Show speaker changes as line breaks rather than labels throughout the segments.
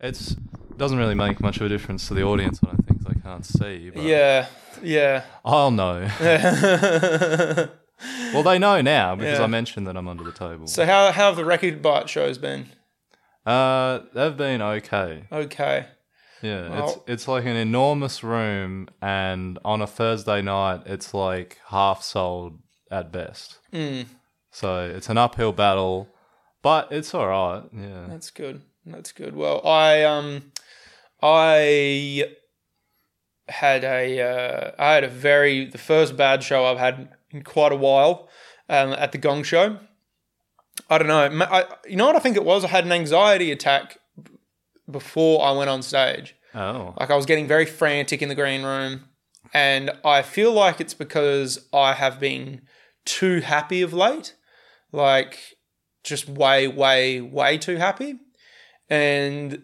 It's doesn't really make much of a difference to the audience when I think 'cause I can't see. But
Yeah, yeah.
I'll know. well, they know now because
Yeah.
I mentioned that I'm under the table.
So how how have the Record Bite shows been?
uh, they've been okay.
Okay.
Yeah, it's
Well-
it's like an enormous room, and on a Thursday night, it's like half sold at best.
Hmm,
So it's an uphill battle, but it's all right. Yeah,
That's good. That's good. Well, I um, I had a uh, I had a very the first bad show I've had in quite a while um, at the Gong Show. I don't know. Ma- I, you know what I think it was? I had an anxiety attack b- before I went on stage.
oh,
Like I was getting very frantic in the green room, and I feel like it's because I have been too happy of late, like just way, way, way too happy, and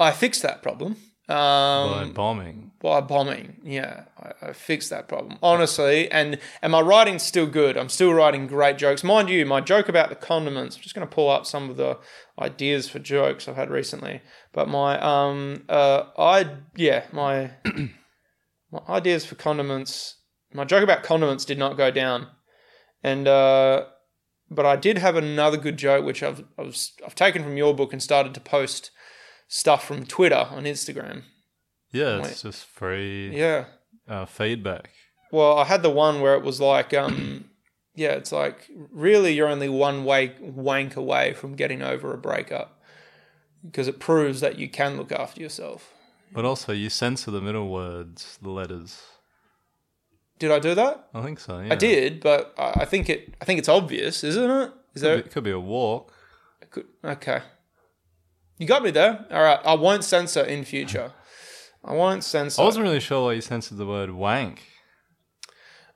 I fixed that problem
Oh, by
um,
bombing.
by bombing. Yeah, I, I fixed that problem honestly, and and my writing's still good. I'm still writing great jokes, mind you. My joke about the condiments. I'm just going to pull up some of the ideas for jokes I've had recently. But my um uh I yeah my my ideas for condiments my joke about condiments did not go down, and uh, but I did have another good joke which I've I've I've taken from your book and started to post stuff from Twitter on Instagram.
Yeah, it's just free
Yeah.
uh, feedback.
Well, I had the one where it was like, um, yeah, it's like really you're only one way wank away from getting over a breakup because it proves that you can look after yourself.
But also, you censor the middle words, the letters.
Did I do that?
I think so. Yeah.
I did, but I I think it. I think it's obvious, isn't it? Is there?
It could be a walk.
Good. Okay. You got me there. All right. I won't censor in future. I won't censor.
I wasn't really sure why you censored the word wank.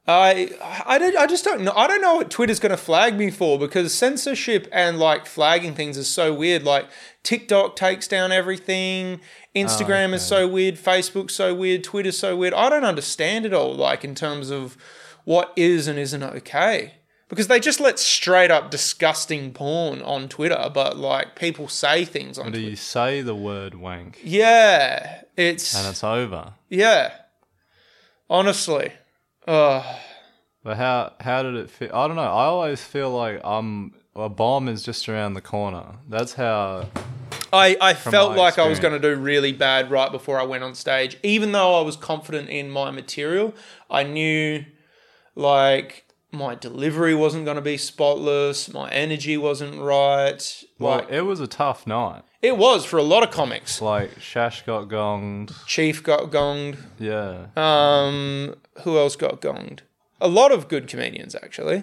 I I don't I just don't know I don't know what Twitter's going to flag me for because censorship and like flagging things is so weird like TikTok takes down everything
Oh,
Instagram is so weird Facebook's so weird Twitter's so weird I don't understand it all like in terms of what is and isn't okay because they just let straight up disgusting porn on Twitter but like people say things on
Do
Twitter
you say the word wank
yeah it's
and it's over?
yeah honestly Ugh.
But how how did it feel? I don't know. I always feel like I'm a bomb is just around the corner. That's how.
I, I felt
my
like I was going
experience.
to do really bad right before I went on stage. Even though I was confident in my material, I knew like my delivery wasn't going to be spotless, my energy wasn't right.
Well,
Like
it was a tough night.
it was for a lot of comics.
Like Shash got gonged.
Chief got gonged.
Yeah.
Um, who else got gonged? A lot of good comedians actually,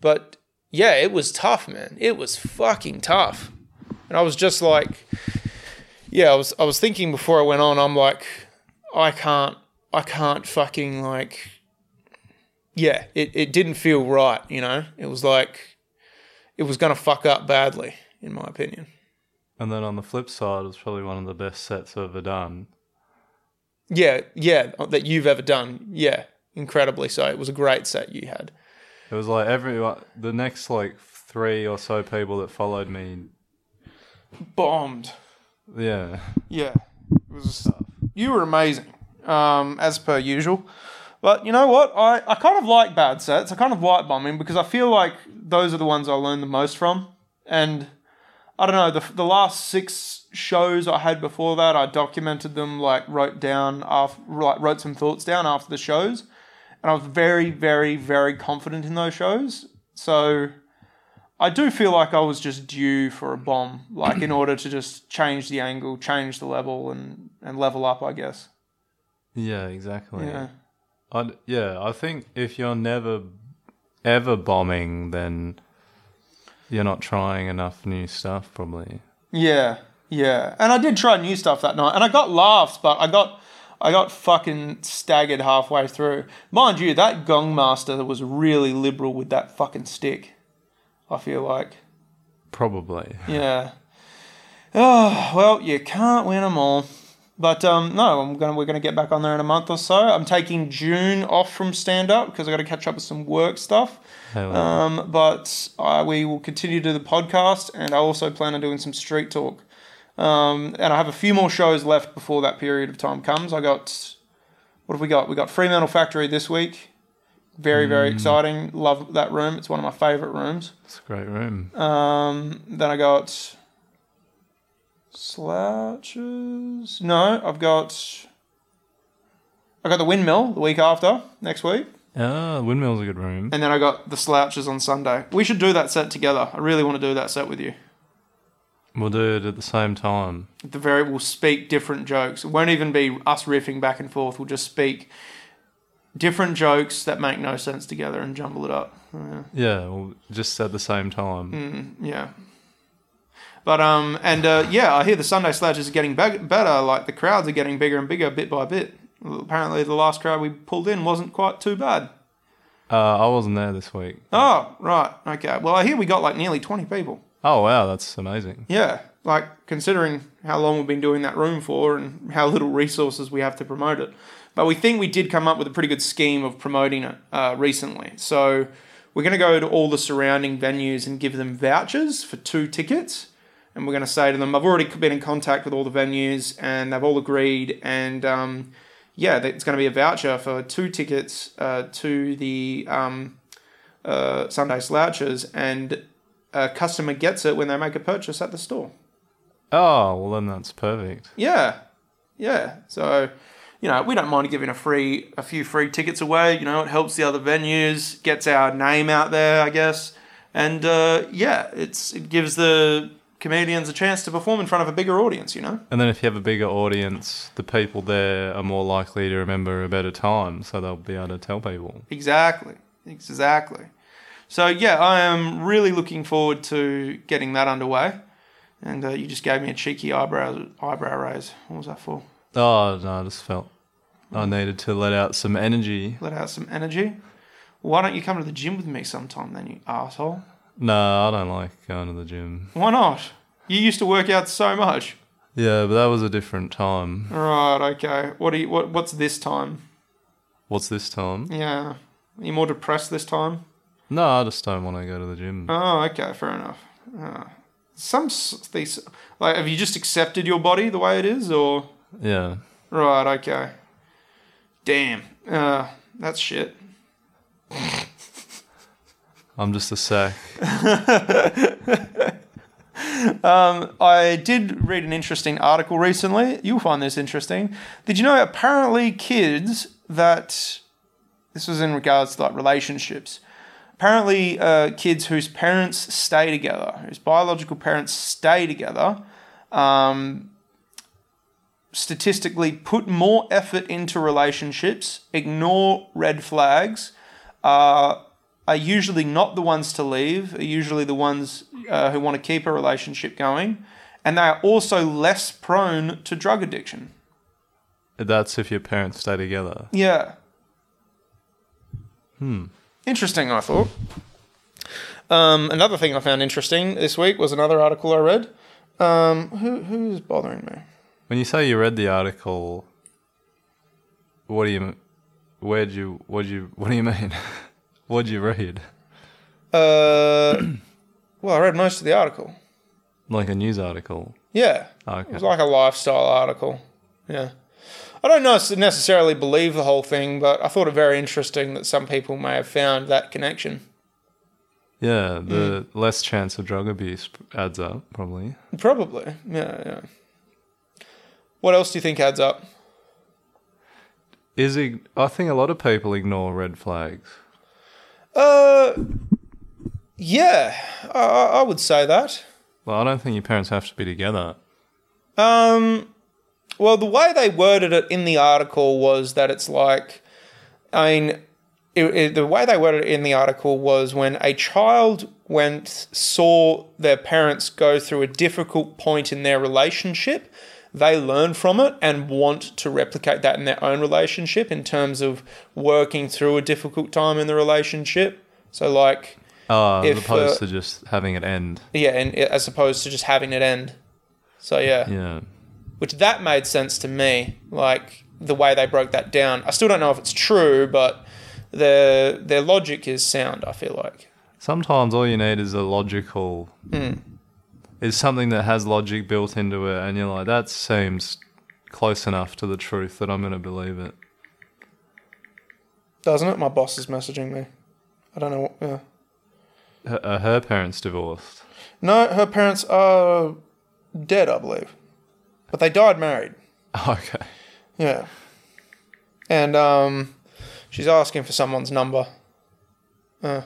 but yeah, it was tough, man. It was fucking tough, and I was just like, yeah, I was I was thinking before I went on. I'm like, I can't, I can't fucking like, yeah, it it didn't feel right, you know. It was like, it was gonna fuck up badly, in my opinion.
And then on the flip side, it was probably one of the best sets I've ever done.
Yeah, yeah, that you've ever done. Yeah, incredibly so. It was a great set you had.
It was like everyone. The next like three or so people that followed me.
Bombed.
Yeah.
Yeah, it was you were amazing, um, as per usual. But you know what? I, I kind of like bad sets. I kind of like bombing because I feel like those are the ones I learn the most from. And I don't know, the, the last six shows I had before that, I documented them, like wrote down, after, like, wrote some thoughts down after the shows. And I was very, very, very confident in those shows. So I do feel like I was just due for a bomb, like in order to just change the angle, change the level, and and level up. I guess.
Yeah. Exactly.
Yeah.
I'd, yeah, I think if you're never ever bombing, then you're not trying enough new stuff, probably.
Yeah. Yeah. And I did try new stuff that night, and I got laughs, but I got. I got fucking staggered halfway through. Mind you, that gong master was really liberal with that fucking stick. I feel like.
Probably.
Yeah. Oh, well, you can't win them all. But um, no, I'm gonna, we're going to get back on there in a month or so. I'm taking June off from stand up because i got to catch up with some work stuff.
Hell,
Um, but uh, we will continue to do the podcast, and I also plan on doing some street talk Um, and I have a few more shows left before that period of time comes. I got, what have we got? We got Fremantle Factory this week. Very, very exciting. Love that room. It's one of my favorite rooms.
It's a great room.
Um, then I got slouches. No, I've got I got the windmill the week after next week,
Ah, windmill's a good room.
and then I got the slouches on Sunday. We should do that set together. I really want to do that set with you.
We'll do it at the same time.
At The very we'll speak different jokes. It won't even be us riffing back and forth. We'll just speak different jokes that make no sense together and jumble it up. Yeah.
Yeah, well, just at the same time.
Yeah. But um and uh, yeah, I hear the Sunday slouches are getting beg- better. Like the crowds are getting bigger and bigger bit by bit. Apparently, the last crowd we pulled in wasn't quite too bad.
Uh, I wasn't there this week.
Oh right, okay. Well, I hear we got like nearly twenty people.
Oh wow, that's amazing.
Yeah, like considering how long we've been doing that room for and how little resources we have to promote it. But we think we did come up with a pretty good scheme of promoting it uh, recently. So we're going to go to all the surrounding venues and give them vouchers for two tickets. And we're going to say to them, I've already been in contact with all the venues and they've all agreed. And um, yeah, that it's going to be a voucher for two tickets uh, to the um, uh, Sunday Slouchers. And a customer gets it when they make a purchase at the store.
Oh well, then that's perfect.
Yeah, yeah. So, you know, we don't mind giving a free, a few free tickets away. You know, it helps the other venues, gets our name out there, I guess, and uh, yeah, it's it gives the comedians a chance to perform in front of a bigger audience. You know.
And then if you have a bigger audience, the people there are more likely to remember a better time, so they'll be able to tell people.
Exactly. Exactly. So yeah, I am really looking forward to getting that underway. And uh, you just gave me a cheeky eyebrow eyebrow raise. What was that for?
Oh no, I just felt I needed to let out some energy.
Let out some energy. Why don't you come to the gym with me sometime then, you asshole?
No, I don't like going to the gym.
Why not? You used to work out so much.
Yeah, but that was a different time.
Right. Okay. What do you? What? What's this time?
What's this time?
Yeah. Are you more depressed this time?
No, I just don't want to go to the gym.
Oh, okay. Fair enough. Ah. Some s- these like have you just accepted your body the way it is, or
Yeah.
right? Okay. Damn. Uh, that's shit.
I'm just a sack.
I did read an interesting article recently. You'll find this interesting. Did you know apparently kids that this was in regards to like relationships. Apparently, uh, kids whose parents stay together, whose biological parents stay together, um, statistically put more effort into relationships, ignore red flags, uh, are are usually not the ones to leave, are usually the ones uh, who want to keep a relationship going, and they are also less prone to drug addiction.
That's if your parents stay together.
Yeah. Hmm. Interesting, I thought. Um, another thing I found interesting this week was another article I read. Um, who who's bothering me?
When you say you read the article, what do you, where would you, what do you, what do you mean? what would you read?
Uh, well, I read most of the article.
Like a news article?
Yeah, it
Okay.
was like a lifestyle article. Yeah, I don't know if I necessarily believe the whole thing, but I thought it very interesting that some people may have found that connection.
Yeah, the less chance of drug abuse adds up, probably.
Probably. Yeah, yeah. What else do you think adds up?
Is ig- I think a lot of people ignore red flags.
Uh, yeah, I, I I would say that.
Well, I don't think your parents have to be together.
Um, well, the way they worded it in the article was that it's like, I mean, it, it- the way they worded it in the article was when a child went saw their parents go through a difficult point in their relationship, they learn from it and want to replicate that in their own relationship in terms of working through a difficult time in the relationship. So, like,
Uh, as
If,
opposed to
uh,
just having it end.
Yeah, and as opposed to just having it end. So yeah.
Yeah.
which that made sense to me. Like the way they broke that down. I still don't know if it's true, but their their logic is sound. I feel like. Hmm.
Sometimes all you need is a logical is something that has logic built into it, and you're like, that seems close enough to the truth that I'm going to believe it.
Doesn't it? My boss is messaging me. I don't know what. Yeah.
Her, uh, her parents divorced.
No, her parents are dead, I believe. But they died married.
Okay.
Yeah. And um, she's asking for someone's number. Uh,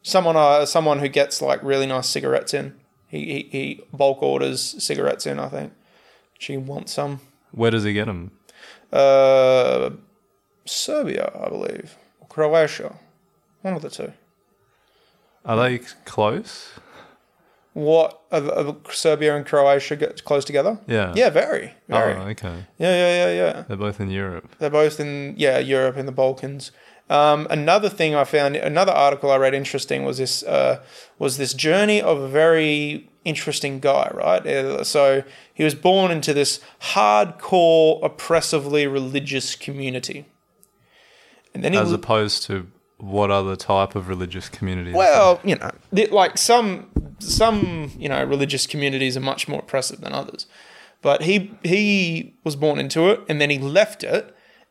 someone, uh, someone who gets like really nice cigarettes in. He, he he bulk orders cigarettes in. I think she wants some.
Where does he get them?
Uh, Serbia, I believe, or Croatia, one of the two.
Are they close?
What are, are Serbia and Croatia get close together?
Yeah.
Yeah, very, very.
Oh, okay.
Yeah, yeah, yeah, yeah.
They're both in Europe.
They're both in yeah Europe and the Balkans. Um, another thing I found, another article I read interesting was this uh, was this journey of a very interesting guy, right? Uh, So he was born into this hardcore, oppressively religious community, and then he
As
was,
opposed to what other type of religious community? is there?
well, you know, th- like some some you know religious communities are much more oppressive than others, but he he was born into it and then he left it,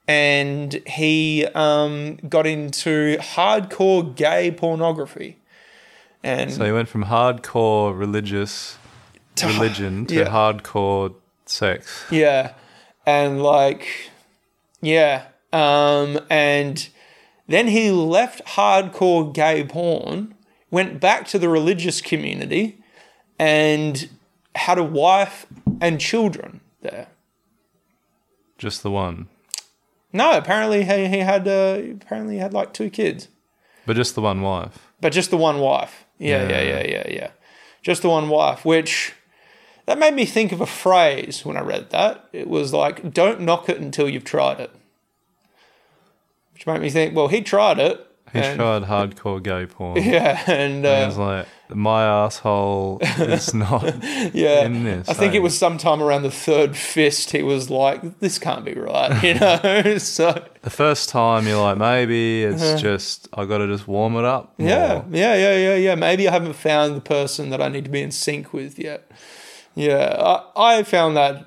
and he um, got into hardcore gay pornography, and
so he went from hardcore religious
To-
religion to
yeah.
hardcore sex.
Yeah. And like yeah. Um and then he left hardcore gay porn, went back to the religious community and had a wife and children there.
Just the one,
No, apparently he, he had uh, apparently he had like two kids.
but just the one wife.
But just the one wife. Yeah, yeah,
Yeah.
yeah, yeah, yeah. Just the one wife, which that made me think of a phrase when I read that. It was like, don't knock it until you've tried it. Which made me think, well, he tried it.
He
and-
tried hardcore gay porn. And
Yeah, and
He was
uh,
like, my asshole is not.
yeah,
in this,
I think
eh?
it was sometime around the third fist. He was like, "This can't be right," you know. so
The first time you're like, maybe it's just I got to just warm it up.
Uh-huh. Yeah,
more.
yeah, yeah, yeah, yeah. Maybe I haven't found the person that I need to be in sync with yet. Yeah, I, I found that.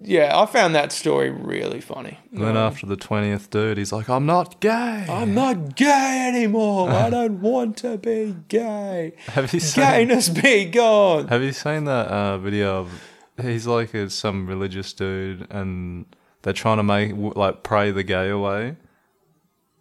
Yeah, I found that story really funny.
And then after the twentieth dude, he's like, I'm not gay.
I'm not gay anymore. I don't want to be gay.
have you seen?
Gayness be gone.
Have you seen that uh, video of he's like a, some religious dude and they're trying to make w- like pray the gay away.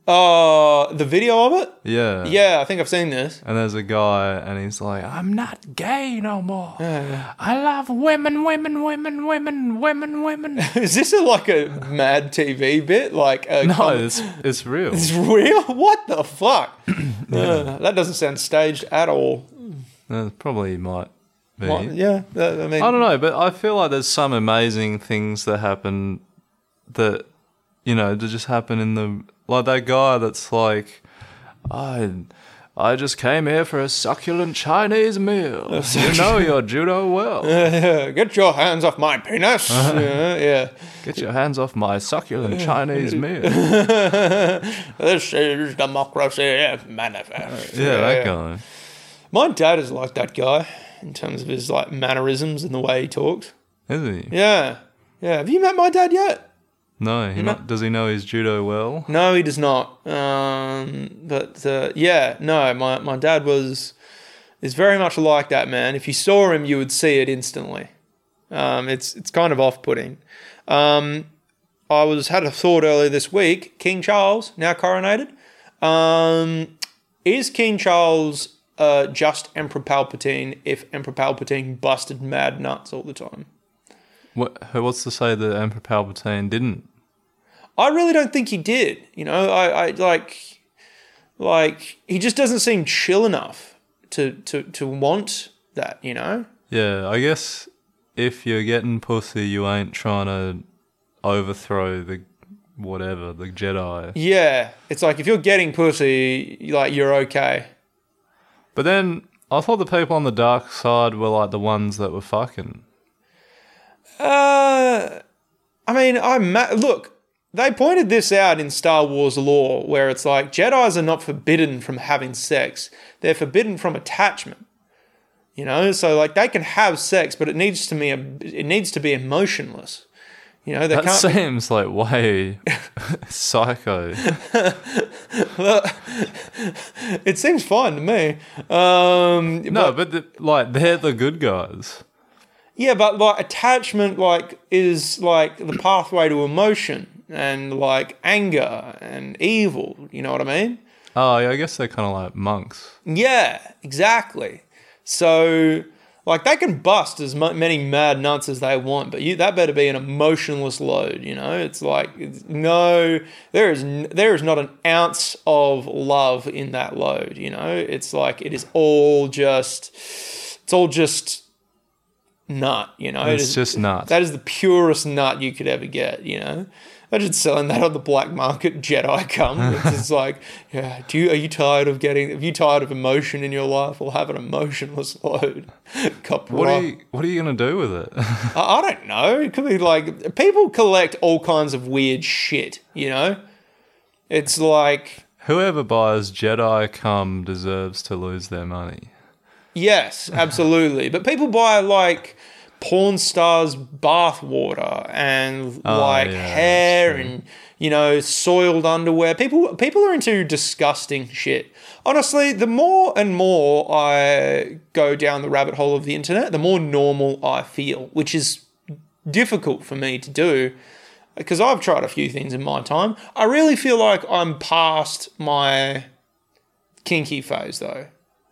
Uh, the video of it.
Yeah.
Yeah, I think I've seen this.
And there's a guy and he's like, I'm not gay no more.
yeah.
I love women, women, women, women, women, women.
Is this a, like a Mad TV bit? Like a
no,
com-
it's it's real.
it's real. What the fuck? Uh, that doesn't sound staged at all.
Uh, probably might be.
Well, yeah, that- I mean,
I don't know, but I feel like there's some amazing things that happen that you know that just happen in the like that guy that's like, I I just came here for a succulent Chinese meal. you know your judo well.
Yeah, get your hands off my penis. yeah, yeah.
Get your hands off my succulent Chinese meal. Yeah,
This is democracy manifest.
that guy.
My dad is like that guy in terms of his like mannerisms and the way he talks.
Is he?
Yeah. Yeah. Have you met my dad yet?
No, he not, does he know his judo well?
No, he does not. Um, but uh, yeah, no, my, my dad was is very much like that man. If you saw him, you would see it instantly. Um, it's it's kind of off putting. Um, I was had a thought earlier this week. King Charles now coronated. Um, is King Charles uh, just Emperor Palpatine if Emperor Palpatine busted mad nuts all the time?
What, what's to say that Emperor Palpatine didn't?
I really don't think he did. You know, I, I like, like he just doesn't seem chill enough to to to want that. You know,
Yeah, I guess if you're getting pussy, you ain't trying to overthrow the whatever the Jedi.
yeah. It's like if you're getting pussy, like you're okay.
But then I thought the people on the dark side were like the ones that were fucking.
Uh, I mean, I'm ma- look. They pointed this out in Star Wars lore, where it's like Jedi's are not forbidden from having sex; they're forbidden from attachment. You know, so like they can have sex, but it needs to me it needs to be emotionless. You know, they
That
can't.
seems like way psycho.
it seems fine to me. Um,
No, but the, like they're the good guys.
Yeah, but like attachment, like is like the pathway to emotion and like anger and evil. You know what I mean?
Oh, yeah, I guess they're kind of like monks.
Yeah, exactly. So like they can bust as mu- many mad nuts as they want, but you that better be an emotionless load. You know, it's like it's, no, there is n- there is not an ounce of love in that load. You know, it's like it is all just it's all just nut. You know,
It's
It is-
just nuts.
that is the purest nut you could ever get, you know. Imagine selling that on the black market, Jedi come. It's just like, yeah, do you, are you tired of getting, are you tired of emotion in your life? Well, have an emotionless load. Cop
What
rock.
are you What are you gonna do with it?
I, I don't know. It could be like, people collect all kinds of weird shit, you know? It's like,
Whoever buys Jedi cum deserves to lose their money.
Yes, absolutely. but people buy like porn stars bath water and like
Oh, yeah, that's
hair and you know soiled underwear. People people are into disgusting shit. Honestly, the more and more I go down the rabbit hole of the internet, the more normal I feel, which is difficult for me to do because I've tried a few things in my time. I really feel like I'm past my kinky phase though.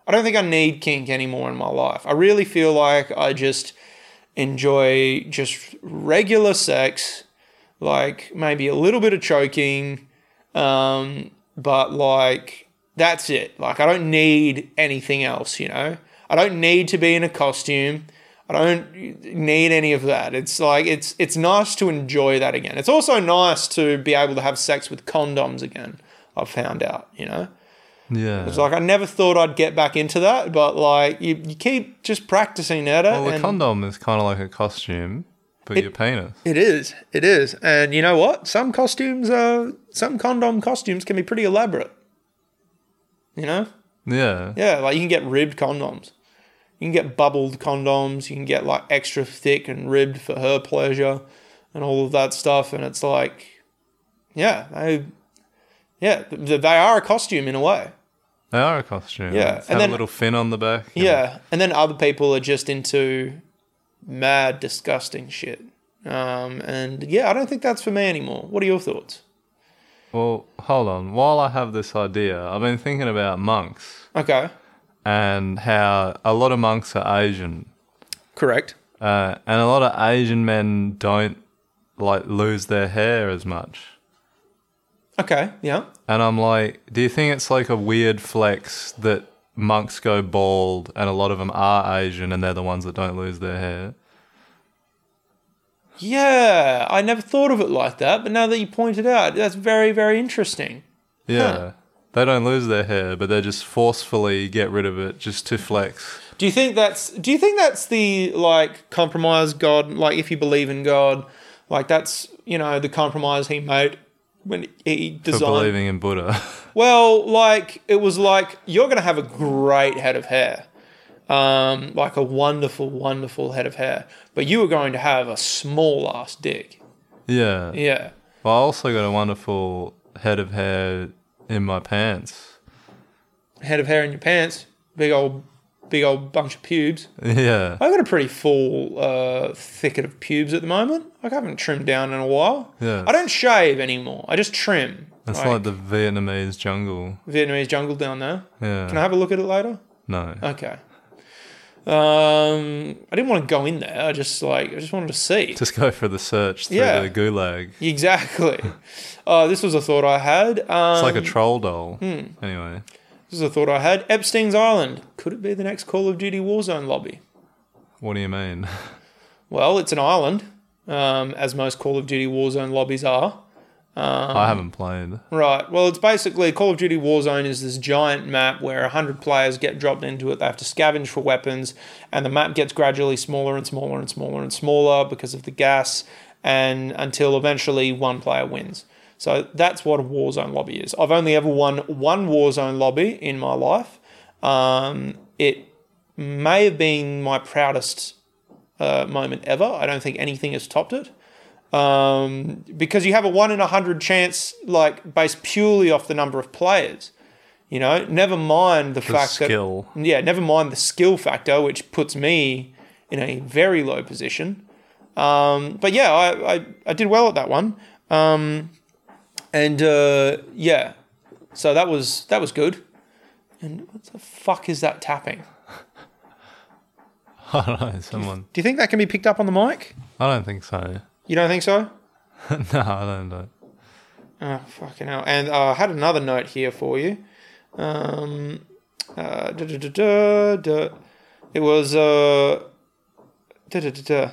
I don't think I need kink anymore in my life. I really feel like I just enjoy just regular sex, like maybe a little bit of choking, um, but like that's it. Like I don't need anything else, you know? I don't need to be in a costume. I don't need any of that. It's like it's it's nice to enjoy that again. It's also nice to be able to have sex with condoms again. I've found out, you know.
Yeah.
It's like I never thought I'd get back into that, but like you, you keep just practicing at it.
well, the
and
condom is kind of like a costume, but your penis.
it is, it is, and you know what? Some costumes are some condom costumes can be pretty elaborate. You know,
Yeah.
yeah, like you can get ribbed condoms, you can get bubbled condoms, you can get like extra thick and ribbed for her pleasure, and all of that stuff. And it's like, yeah, they, yeah, th- they are a costume in a way.
They are a costume.
Yeah,
It's
and
had
then-
a little fin on the back. and-
Yeah, and then other people are just into mad, disgusting shit. Um, and yeah, I don't think that's for me anymore. What are your thoughts?
Well, hold on. While I have this idea, I've been thinking about monks
Okay,
and how a lot of monks are Asian,
correct.
uh, and a lot of Asian men don't like lose their hair as much.
Okay, yeah.
And I'm like, do you think it's like a weird flex that monks go bald and a lot of them are Asian and they're the ones that don't lose their hair?
Yeah, I never thought of it like that, but now that you point it out, that's very, very interesting.
Yeah. They don't lose their hair, but they just forcefully get rid of it just to flex.
Do you think that's do you think that's the like compromise God like if you believe in God, like that's you know, the compromise he made when he
For
designed
believing in Buddha.
Well, like it was like you're gonna have a great head of hair, um, like a wonderful, wonderful head of hair, but you were going to have a small ass dick.
yeah.
Yeah.
Well, I also got a wonderful head of hair in my pants.
Head of hair in your pants, big old, big old bunch of pubes.
Yeah.
I've got a pretty full uh, thicket of pubes at the moment. Like, I haven't trimmed down in a while.
Yeah.
I don't shave anymore. I just trim.
That's
like
like the Vietnamese jungle.
Vietnamese jungle down there.
Yeah.
Can I have a look at it later?
no.
Okay. Um, I didn't want to go in there. I just like I just wanted to see.
Just go for the search through
Yeah.
the gulag. It's
Exactly. Uh, this was a thought I had. Um, hmm.
like a troll doll. Anyway.
this was a thought I had. Epstein's Island. Could it be the next Call of Duty Warzone lobby?
What do you mean?
Well, it's an island, um, as most Call of Duty Warzone lobbies are. Um,
I haven't played.
Right. Well, it's basically Call of Duty Warzone is this giant map where 100 players get dropped into it. They have to scavenge for weapons, and the map gets gradually smaller and smaller and smaller and smaller because of the gas, and until eventually one player wins. So that's what a Warzone lobby is. I've only ever won one Warzone lobby in my life. Um, it may have been my proudest uh, moment ever. I don't think anything has topped it. Um, because you have a one in a hundred chance, like based purely off the number of players. You know, never mind the, fact
skill.
that yeah, never mind the skill factor, which puts me in a very low position. Um, but yeah, I, I I did well at that one. Um, and uh, yeah, so that was that was good. And what the fuck is that tapping?
I don't know, someone.
Do you think that can be picked up on the mic?
I don't think so.
You don't think so?
no, I don't know.
Oh, fucking hell. And uh, I had another note here for you. Um, uh, duh, duh, duh, duh, duh. It was. Uh, duh, duh, duh, duh.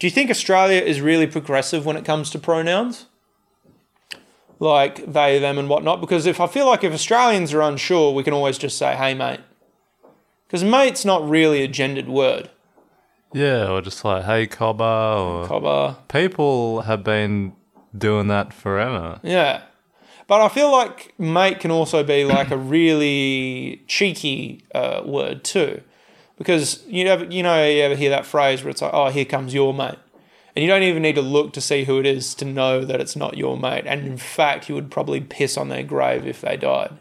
Do you think Australia is really progressive when it comes to pronouns? Like they, them, and whatnot? Because if I feel like if Australians are unsure, we can always just say, hey, mate. Because mate's not really a gendered word.
Yeah, or just like, hey, cobber, or
Cobber.
people have been doing that forever.
Yeah. But I feel like mate can also be like a really cheeky uh, word too, because you ever you know you ever hear that phrase where it's like oh here comes your mate, and you don't even need to look to see who it is to know that it's not your mate, and in fact you would probably piss on their grave if they died.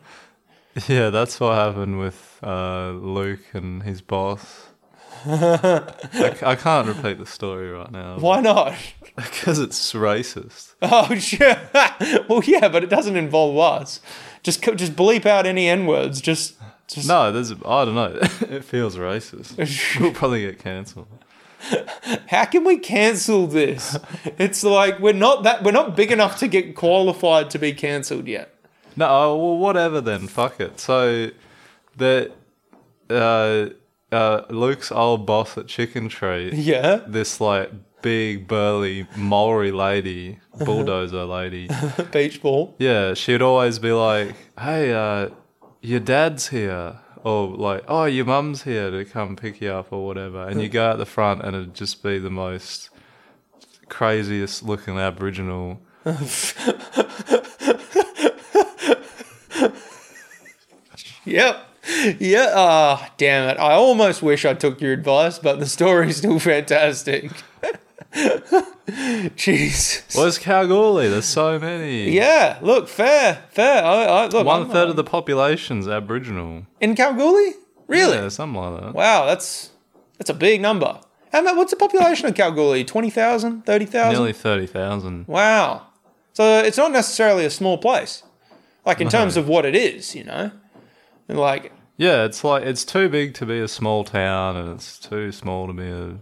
Yeah, that's what happened with uh, Luke and his boss. I, c- I can't repeat the story right now
Why not?
because it's racist.
Oh sure. well yeah, but it doesn't involve us. Just co- just bleep out any n words. Just just
No, there's I don't know. it feels racist. we'll probably get cancelled.
How can we cancel this? It's like we're not that we're not big enough to get qualified to be cancelled yet.
No, oh, well, whatever then. Fuck it. So, the uh, uh, Luke's old boss at Chicken Tree.
Yeah.
this like big burly Maori lady,
Uh-huh.
bulldozer lady.
Beach ball.
Yeah, she'd always be like, "Hey, uh, your dad's here," or like, "Oh, your mum's here to come pick you up," or whatever. And
Uh.
you go out the front, and it'd just be the most craziest looking Aboriginal.
Yep. Yeah. Ah, damn it. I almost wish I took your advice, but the story's still fantastic. Jeez.
Where's Kalgoorlie? There's so many.
Yeah. Look, fair, fair. I, I look.
One
I'm- uh,
third of the population's Aboriginal.
in Kalgoorlie. Really?
Yeah, something like that.
Wow. That's that's a big number. How much? What's the population of Kalgoorlie? 20,000? 30,000?
Nearly 30,000.
Wow. So it's not necessarily a small place, like in terms of what it is, you know? And like,
Yeah, it's like it's too big to be a small town, and it's too small to be a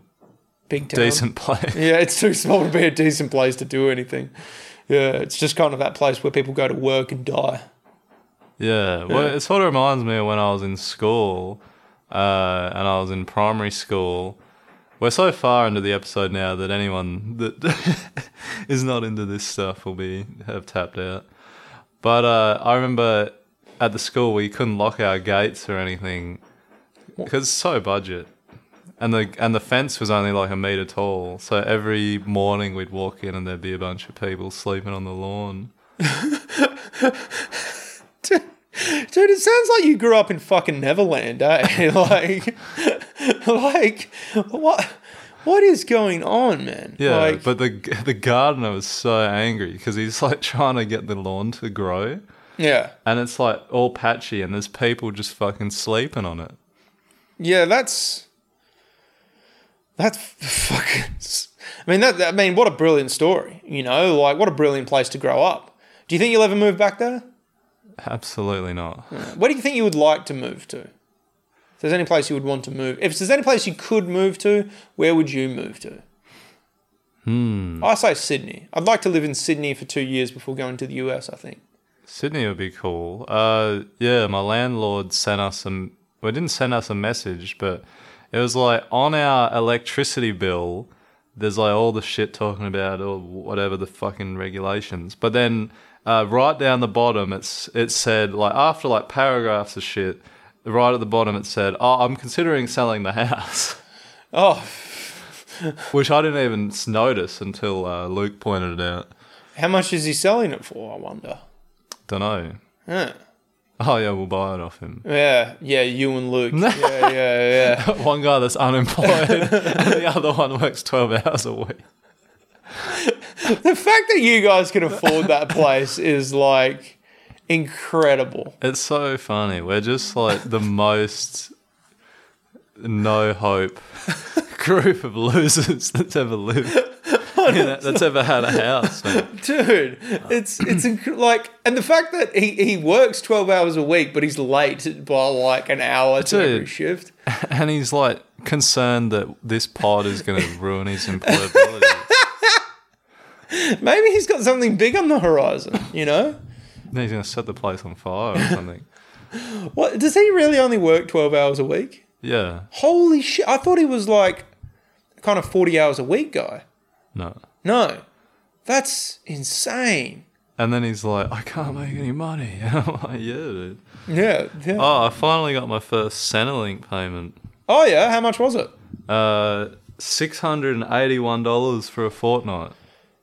big town.
decent place.
Yeah, it's too small to be a decent place to do anything. Yeah, it's just kind of that place where people go to work and die.
Yeah, well, it sort of reminds me of when I was in school, uh, and I was in primary school. We're so far into the episode now that anyone that is not into this stuff will be have tapped out. But uh, I remember at the school we couldn't lock our gates or anything because it's so budget, and the and the fence was only like a meter tall. So every morning we'd walk in and there'd be a bunch of people sleeping on the lawn.
Dude, it sounds like you grew up in fucking Neverland, eh? like, like, what, what is going on, man?
Yeah,
like,
but the the gardener was so angry because he's like trying to get the lawn to grow,
yeah.
and it's like all patchy, and there's people just fucking sleeping on it.
Yeah, that's that's fucking. I mean, that, that- I mean, what a brilliant story. You know, like what a brilliant place to grow up. Do you think you'll ever move back there?
Absolutely not.
Where do you think you would like to move to? If there's any place you would want to move, if there's any place you could move to, where would you move to? Hmm. I say Sydney. I'd like to live in Sydney for two years before going to the US. I think.
Sydney would be cool. Uh, yeah, my landlord sent us some. Well, didn't send us a message, but it was like on our electricity bill. There's like all the shit talking about or whatever the fucking regulations, but then uh, right down the bottom, it's it said like after like paragraphs of shit, right at the bottom it said, "Oh, I'm considering selling the house,"
Oh,
which I didn't even s- notice until uh, Luke pointed it out.
how much is he selling it for? I wonder.
Don't know.
Huh.
Oh yeah, we'll buy it off him.
Yeah, yeah, you and Luke. yeah, yeah, yeah.
one guy that's unemployed, and the other one works twelve hours a week.
The fact that you guys can afford that place is like incredible.
It's so funny. We're just like the most no hope group of losers that's ever lived. You know, that's ever had a house. man.
Dude, it's it's inc- like and the fact that he, he works 12 hours a week but he's late by like an hour to every
Dude.
shift.
And he's like concerned that this pod is going to ruin his employability.
Maybe he's got something big on the horizon, you know?
And he's going to set the place on fire or something.
What does he really only work 12 hours a week?
Yeah.
Holy shit, I thought he was like kind of 40 hours a week guy.
No.
No. That's insane.
And then he's like, I can't make any money. And I'm like, yeah, dude.
Yeah. yeah.
Oh, I finally got my first Centrelink payment.
oh yeah, how much was it?
Uh, $681 for a fortnight.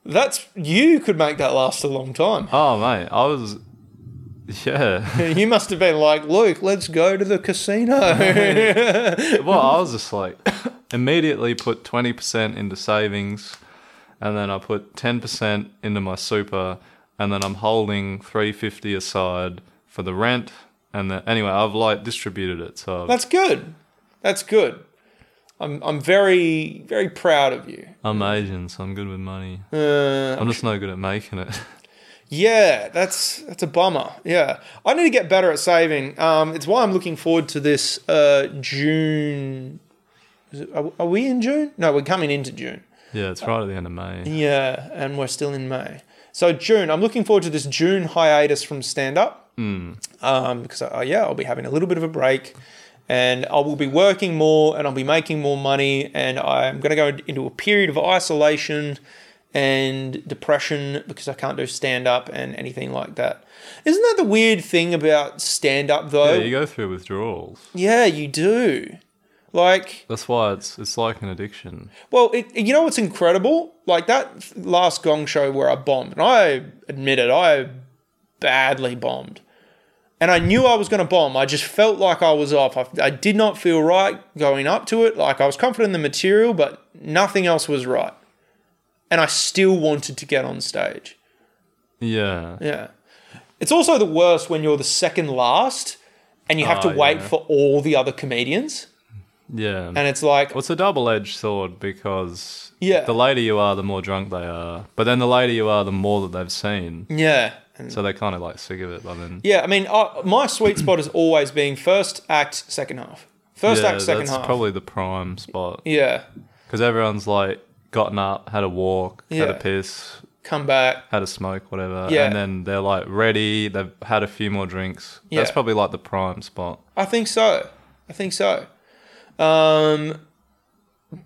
That's you could make that last a long time.
Oh, mate. I was. Yeah.
You must have been like, Luke, let's go to the casino.
well, I was just like, immediately put 20% into savings. And then I put 10% into my super. And then I'm holding 350 aside for the rent. And then, anyway, I've like distributed it. So
That's good. That's good. I'm I'm very very proud of you.
I'm Asian, so I'm good with money.
Uh,
I'm just no good at making it.
yeah, that's that's a bummer. Yeah, I need to get better at saving. Um, it's why I'm looking forward to this uh, June. Is it, are, are we in June? No, we're coming into June.
Yeah, it's right at the end of May.
Yeah, and we're still in May. So June, I'm looking forward to this June hiatus from stand up.
Hmm.
Um, because uh, yeah, I'll be having a little bit of a break, and I will be working more, and I'll be making more money, and I'm going to go into a period of isolation and depression because I can't do stand up and anything like that. Isn't that the weird thing about stand up though?
Yeah, you go through withdrawals.
yeah, you do. Like
That's why it's it's like an addiction.
Well, it, you know what's incredible? Like that last Gong show where I bombed, and I admit it, I badly bombed. And I knew I was going to bomb. I just felt like I was off. I, I did not feel right going up to it. Like I was confident in the material, but nothing else was right. And I still wanted to get on stage.
Yeah.
Yeah. It's also the worst when you're the second last and you have to
Oh,
wait
yeah.
for all the other comedians.
Yeah.
And it's like,
well, it's a double edged sword because
Yeah.
the later you are, the more drunk they are. But then the later you are, the more that they've seen.
yeah. And
So they're kind of like sick of it by then.
Mm. Yeah, I mean, uh, my sweet spot is always being first act, second half. First act, second
that's
half.
probably the prime spot
yeah,
because everyone's like gotten up, had a walk, had
Yeah.
a piss,
come back.
had a smoke, whatever,
Yeah.
and then they're like ready. They've had a few more drinks. That's
Yeah.
probably like the prime spot.
I think so. I think so. Um,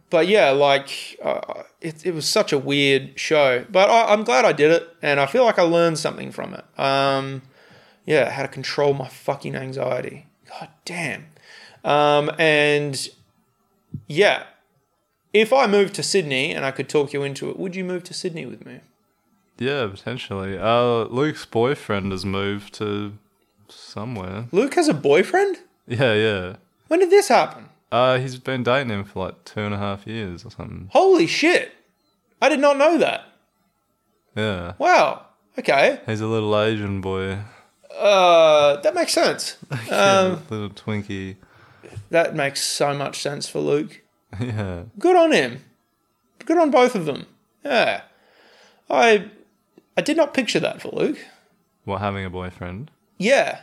but yeah, like uh, it, it was such a weird show, but I, I'm glad I did it, and I feel like I learned something from it. Um, yeah, how to control my fucking anxiety. God damn. Um, and yeah, if I moved to Sydney and I could talk you into it, would you move to Sydney with me?
Yeah, potentially. Uh, Luke's boyfriend has moved to somewhere.
Luke has a boyfriend?
Yeah, yeah.
When did this happen?
Uh, he's been dating him for like two and a half years or something.
Holy shit. I did not know that.
Yeah.
Wow. Okay.
He's a little Asian boy.
Uh, that makes sense.
Yeah, little Twinkie.
That makes so much sense for Luke.
yeah.
Good on him. Good on both of them. Yeah. I I did not picture that for Luke.
What, having a boyfriend?
Yeah.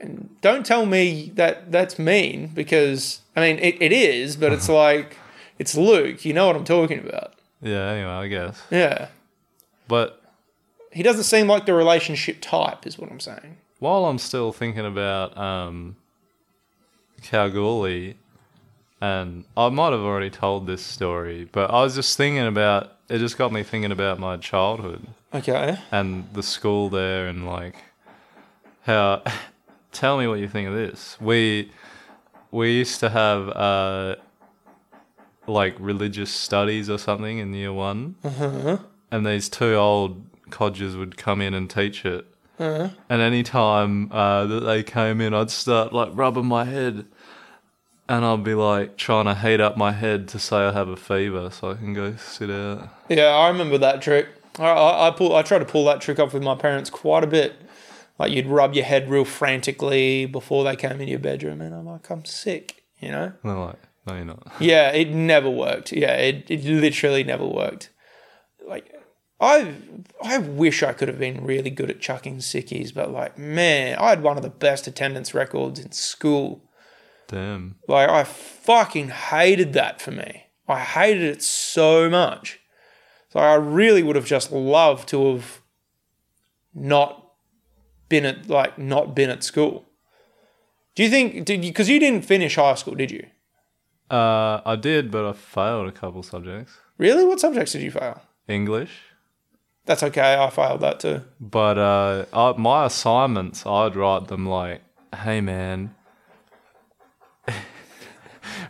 And don't tell me that that's mean because I mean it, it is, but it's like it's Luke, you know what I'm talking about.
Yeah, anyway, I guess.
Yeah.
But
He doesn't seem like the relationship type is what I'm saying.
while I'm still thinking about um, Kalgoorlie, and I might have already told this story, but I was just thinking about it, just got me thinking about my childhood.
Okay.
and the school there and like how tell me what you think of this we we used to have uh like religious studies or something in year one and these two old codgers would come in and teach it And anytime uh, that they came in, I'd start like rubbing my head. And I'd be like trying to heat up my head to say I have a fever so I can go sit out.
Yeah, I remember that trick. I, I, I pull. I try to pull that trick off with my parents quite a bit. Like you'd rub your head real frantically before they came into your bedroom, and I'm like, I'm sick. You know.
And they're like, no, you're not.
Yeah, it never worked. Yeah, it, it literally never worked. Like, I I wish I could have been really good at chucking sickies, but like, man, I had one of the best attendance records in school.
Damn.
Like, I fucking hated that for me. I hated it so much. So I really would have just loved to have not been at like not been at school. Do you think? Did you? Because you didn't finish high school, did you?
Uh, I did, but I failed a couple subjects.
Really? What subjects did you fail?
English.
That's okay. I failed that too.
But uh, I, my assignments, I'd write them like, "Hey man,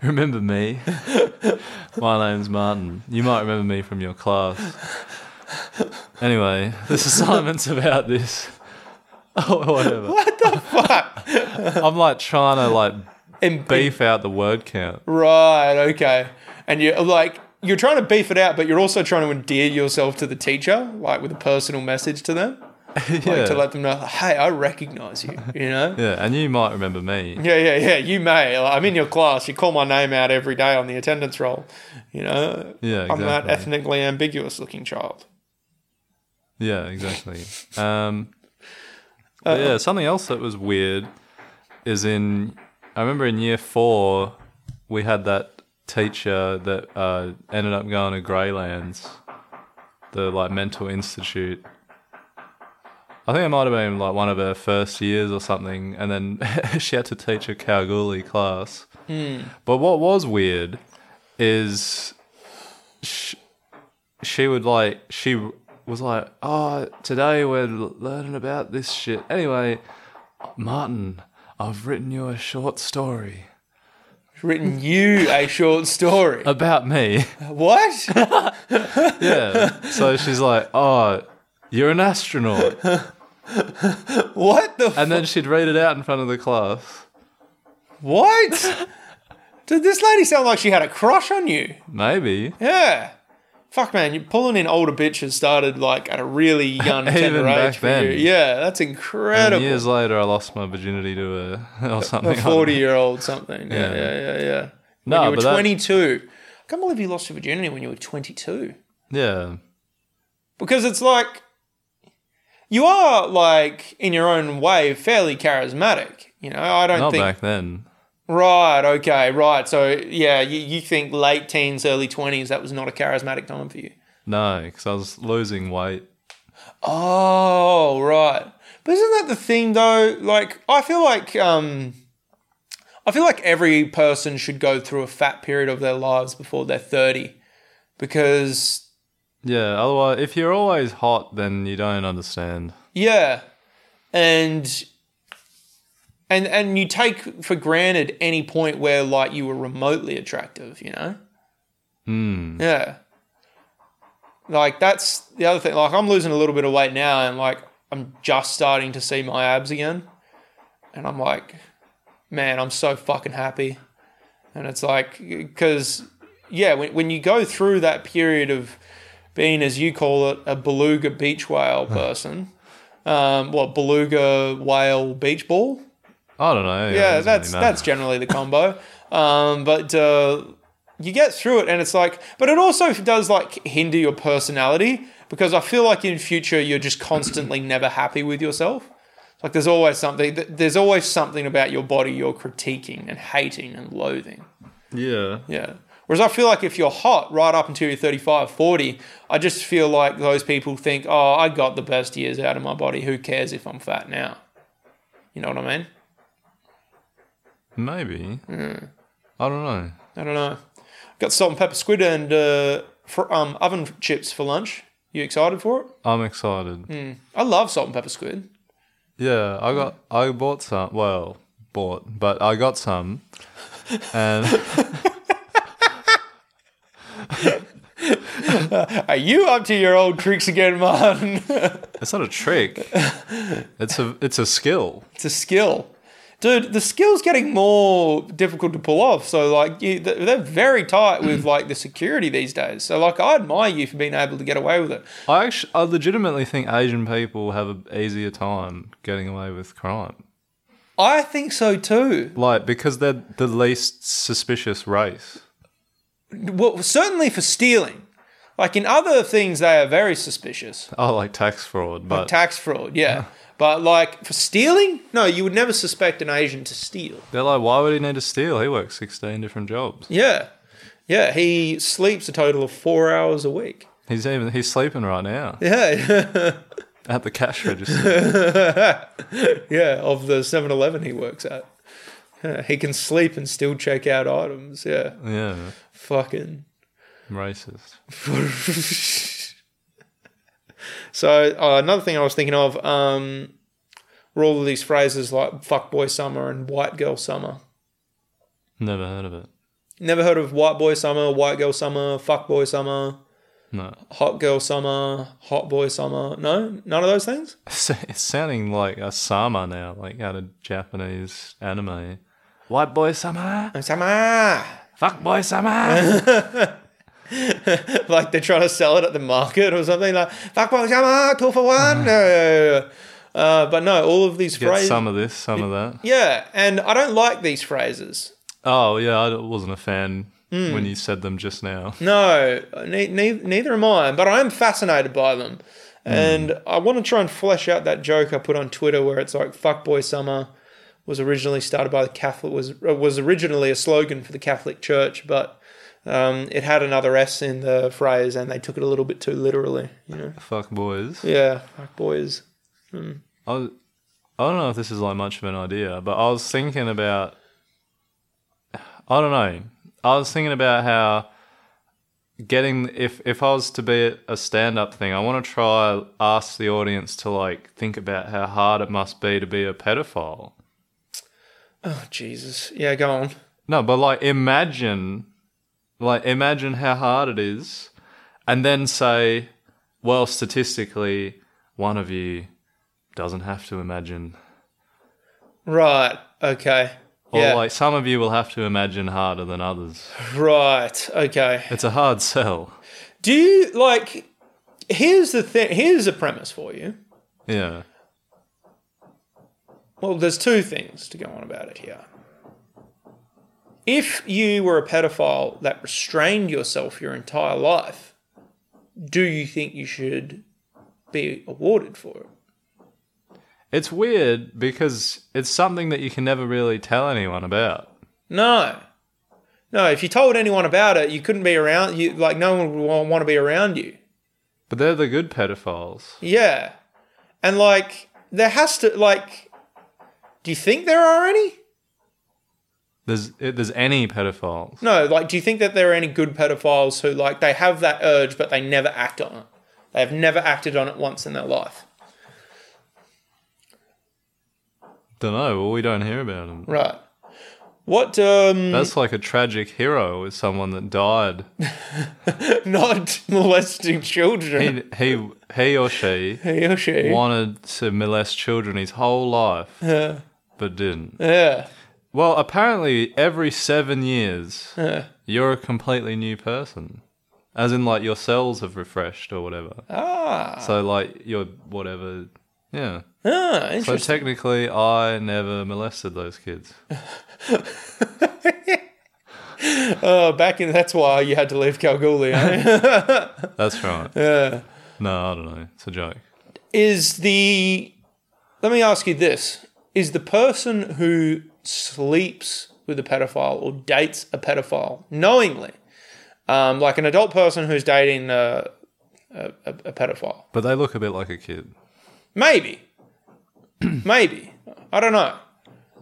remember me? my name's Martin. You might remember me from your class. Anyway, this assignment's about this, or whatever.
What the fuck?
I'm like trying to like
And beef.
beef out the word count.
Right. Okay. And you're like, you're trying to beef it out, but you're also trying to endear yourself to the teacher, like with a personal message to them, like
yeah.
to let them know, hey, I recognize you. You know.
yeah, and you might remember me.
Yeah, yeah, yeah. You may. Like, I'm in your class. You call my name out every day on the attendance roll. You know.
Yeah, exactly.
I'm that ethnically ambiguous looking child.
Yeah, exactly. Um, but yeah, something else that was weird is in. I remember in year four, we had that teacher that uh, ended up going to Greylands, the like mental institute. I think it might have been like one of her first years or something, and then she had to teach a Kalgoorlie class. But what was weird is she would like she was like oh today we're l- learning about this shit anyway martin i've written you a short story
Written you a short story.
about me
What?
yeah so she's like oh you're an astronaut
What the?
and then she'd read it out in front of the class
What? Did this lady sound like she had a crush on you?
maybe
Yeah. Fuck, man, you're pulling in older bitches started like at a really young, tender
back
age for
then.
you. Yeah, that's
and
incredible.
years later i lost my virginity to her or something
a
I don't-
40 year old something. Yeah,
Yeah.
yeah, yeah, yeah.
No,
when you were
but that-
22. I can't believe you lost your virginity when you were 22.
yeah
Because it's like, you are like, in your own way, fairly charismatic. You know, I don't
not
think
back then
Right, okay, right. So, yeah, you, you think late teens, early 20s, that was not a charismatic time for you.
no because i was losing weight
Oh, right. But isn't that the thing, though? Like, I feel like, um, I feel like every person should go through a fat period of their lives before they're 30 because,
yeah otherwise if you're always hot then you don't understand
yeah. And, and, and you take for granted any point where, like, you were remotely attractive, you know?
Hmm.
Yeah. Like that's the other thing. Like I'm losing a little bit of weight now and like I'm just starting to see my abs again. And I'm like, man, I'm so fucking happy. And it's like cuz yeah, when when you go through that period of being as you call it a beluga beach whale person, um what beluga whale beach ball?
I don't know.
yeah, that's that's generally the combo. Um, but uh, you get through it, and it's like, but it also does like hinder your personality because I feel like in future you're just constantly never happy with yourself. Like there's always something, th- there's always something about your body you're critiquing and hating and loathing.
yeah.
Yeah. Whereas I feel like if you're hot right up until you're 35, 40, I just feel like those people think, oh, I got the best years out of my body. Who cares if I'm fat now? You know what I mean?
Maybe. I don't know.
I don't know. Got salt and pepper squid and uh, fr- um, oven chips for lunch. You excited for it?
I'm excited.
I love salt and pepper squid.
Yeah, I got. I bought some. Well, bought, but I got some, and
Are you up to your old tricks again, Martin?
It's not a trick. It's a it's a skill.
it's a skill. Dude, the skill's getting more difficult to pull off. So, like, you, th- they're very tight with, like, the security these days. So, like, I admire you for being able to get away with it.
I actually, I legitimately think Asian people have an easier time getting away with crime.
I think so, too.
Like because they're the least suspicious race.
Well, certainly for stealing. Like, in other things, they are very suspicious.
Oh, like tax fraud, but
Tax fraud, yeah. But, like, for stealing? No, you would never suspect an Asian to steal.
they're like, why would he need to steal? He works sixteen different jobs.
Yeah. Yeah, he sleeps a total of four hours a week.
He's even he's sleeping right now
Yeah.
at the cash register.
yeah, of the 7 Eleven he works at. Yeah, he can sleep and still check out items. Yeah.
yeah,
Fucking.
racist.
So, uh, another thing I was thinking of um, were all of these phrases like fuck boy summer and white girl summer.
Never heard of it.
Never heard of white boy summer, white girl summer, fuck boy summer,
No,
hot girl summer, hot boy summer. No? None of those things?
it's sounding like a sama now, like out of Japanese anime. White boy sama,
Summer!
fuck boy sama.
like they're trying to sell it at the market or something like fuck boy summer, two for one. No. Uh, but no, all of these
Get
phrases.
some of this, some of that.
Yeah, and I don't like these phrases.
Oh yeah, I wasn't a fan when you said them just now.
No, ne- ne- neither am I, but I am fascinated by them. And I want to try and flesh out that joke I put on Twitter where it's like "fuckboy summer" was originally started by the Catholic was uh, was originally a slogan for the Catholic Church, but um, it had another S in the phrase, and they took it a little bit too literally. You know,
Fuck boys.
yeah, fuck boys.
I, was, I don't know if this is like much of an idea, but I was thinking about. I don't know. I was thinking about how getting if if I was to be a stand up thing, I want to try ask the audience to like think about how hard it must be to be a pedophile.
Oh Jesus, yeah, go on.
No, but like imagine, like imagine how hard it is, and then say, well, statistically, one of you doesn't have to imagine
Right, okay,
Or
yeah,
like some of you will have to imagine harder than others.
right, okay.
It's a hard sell.
Do you like? Here's the thing. Here's a premise for you.
Yeah.
Well, there's two things to go on about it here. If you were a pedophile that restrained yourself your entire life, do you think you should be awarded for it?
It's weird because it's something that you can never really tell anyone about.
No. No, if you told anyone about it, you couldn't be around you like no one would wa- want to be around you.
But they're the good pedophiles.
Yeah. And like there has to like do you think there are any?
There's if there's any pedophiles.
No, like, do you think that there are any good pedophiles who, like, they have that urge, but they never act on it? They have never acted on it once in their life.
Don't know. Well, we don't hear about them.
Right. What, um,
That's like a tragic hero is someone that died.
not molesting children?
He he, he or she
He or she?
wanted to molest children his whole life, but didn't.
Yeah.
Well, apparently every seven years.
yeah.
you're a completely new person. As in, like, your cells have refreshed or whatever.
Ah.
So, like, your whatever. Yeah.
Ah,
So,
interesting.
technically, I never molested those kids.
oh, back in, that's why you had to leave Kalgoorlie, eh?
That's right.
yeah.
No, I don't know. It's a joke.
Is the, let me ask you this. Is the person who sleeps with a pedophile or dates a pedophile knowingly, um, like an adult person who's dating a, a, a, a pedophile?
But they look a bit like a kid.
Maybe. Maybe. I don't know.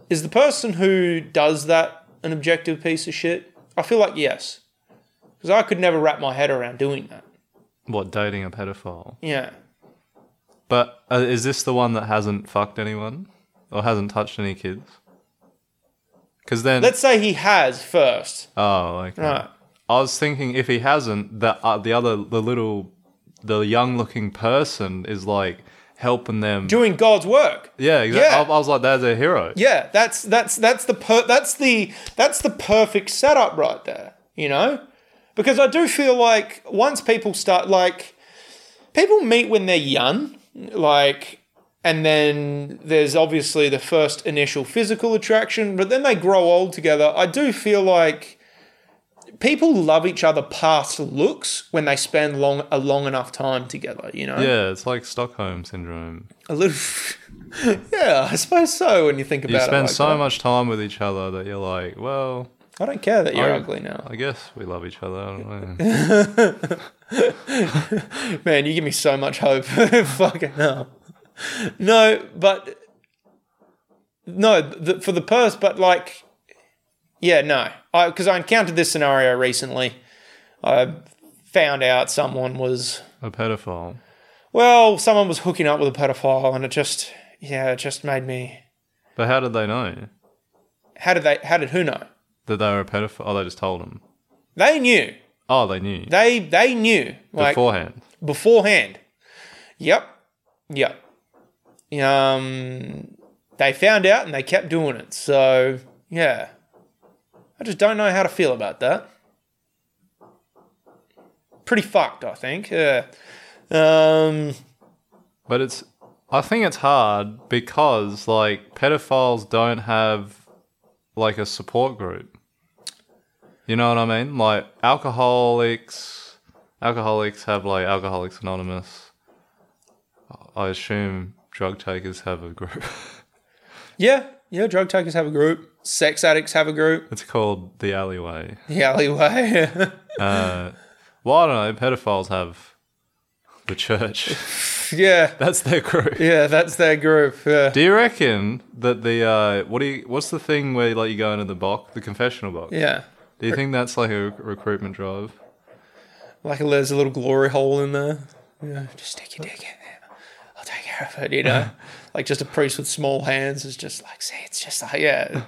Is the person who does that an objective piece of shit? I feel like yes. Because I could never wrap my head around doing that.
What, dating a pedophile?
Yeah.
But uh, is this the one that hasn't fucked anyone? Or hasn't touched any kids? Because then.
Let's say he has first. uh,
oh, okay.
Right.
I was thinking if he hasn't, the uh, the other the little the young looking person is like helping them.
doing God's work.
yeah, exactly.
Yeah.
I, I was like, there's a hero.
Yeah, that's that's that's the per- that's the that's the perfect setup right there, you know? Because I do feel like once people start like people meet when they're young, like and then there's obviously the first initial physical attraction, but then they grow old together. I do feel like people love each other past looks when they spend long a long enough time together, you know?
Yeah, it's like Stockholm syndrome.
A little Yeah, I suppose so when you think about
You
it.
spend
like
so
that.
much time with each other that you're like, well,
I don't care that you're
I-
ugly now.
I guess we love each other. I don't know.
Man, you give me so much hope. Fucking hell. No, but no, the, for the purse, but like, yeah, no, because I, encountered this scenario recently. I found out someone was
a pedophile.
well, someone was hooking up with a pedophile, and it just yeah, it just made me.
But how did they know
How did they? How did who know?
that they were a pedophile? Oh, they just told them.
They knew.
Oh, they knew
They they knew. Like
beforehand.
beforehand. Yep. Yep. Um, they found out and they kept doing it. So, yeah. I just don't know how to feel about that. Pretty fucked, I think. Yeah. Um,
But it's, I think it's hard because like pedophiles don't have like a support group. You know what I mean? Like alcoholics, alcoholics have like Alcoholics Anonymous. I assume drug takers have a group.
yeah. Yeah. Drug takers have a group. Sex addicts have a group.
it's called the alleyway.
The alleyway.
Uh, well, I don't know. Pedophiles have the church.
yeah.
That's their group.
Yeah. That's their group. Yeah.
Do you reckon that the uh, what do you what's the thing where like you go into the box, the confessional box?
Yeah.
Do you think that's like a rec- recruitment drive?
like there's a little glory hole in there. You know, just stick your dick in there. I'll take care of it. You know, like just a priest with small hands is just like, see, it's just like, yeah.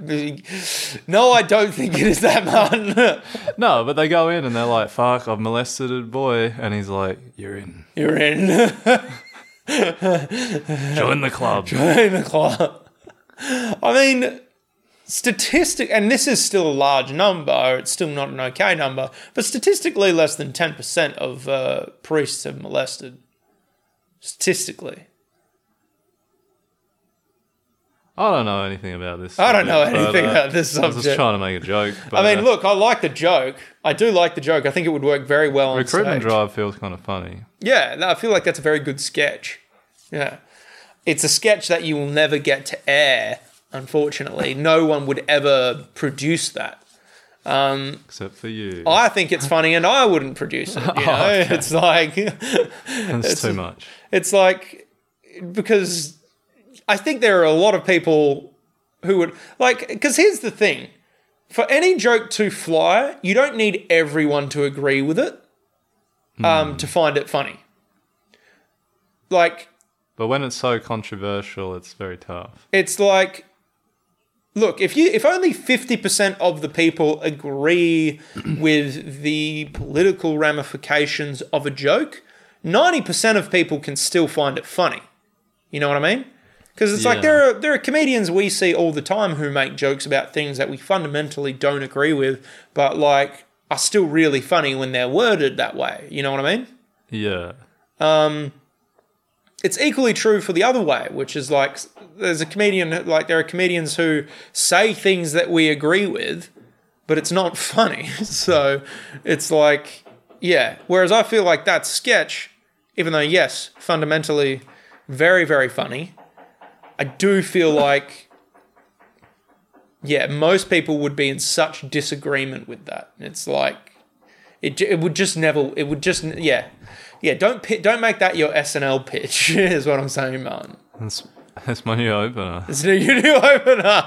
No, I don't think it is that man.
No, but they go in and they're like, "Fuck, I've molested a boy," and he's like, "You're in.
You're in
Join the club."
in the club. I mean, statistic, and this is still a large number. It's still not an okay number, but statistically, less than ten percent of uh, priests have molested. Statistically,
I don't know anything about this.
I don't know
subject,
anything
but, uh,
about this
I was just
subject.
trying to make a joke. But,
I mean,
uh,
look, I like the joke. I do like the joke. I think it would work very well on
recruitment
stage.
drive feels kind of funny.
Yeah, no, I feel like that's a very good sketch. Yeah, it's a sketch that you will never get to air. Unfortunately, no one would ever produce that.
Except for you,
I think it's funny, and I wouldn't produce it. You know, it's like
it's too much.
It's like because I think there are a lot of people who would like because here's the thing. For any joke to fly, you don't need everyone to agree with it um, to find it funny. Like
But when it's so controversial, it's very tough.
it's like look if you if only 50% of the people agree with the political ramifications of a joke 90% of people can still find it funny you know what i mean because it's like
Yeah.
there are there are comedians we see all the time who make jokes about things that we fundamentally don't agree with but like are still really funny when they're worded that way you know what i mean
Yeah,
it's equally true for the other way, which is like there's a comedian, like there are comedians who say things that we agree with, but it's not funny. So it's like, yeah. Whereas I feel like that sketch, even though, yes, fundamentally very, very funny, I do feel like, yeah, most people would be in such disagreement with that. It's like, it, ju- it would just never, it would just, yeah. Yeah, don't pi- don't make that your SNL pitch. Is what I'm saying, Martin.
that's that's my new opener.
It's new, you new opener.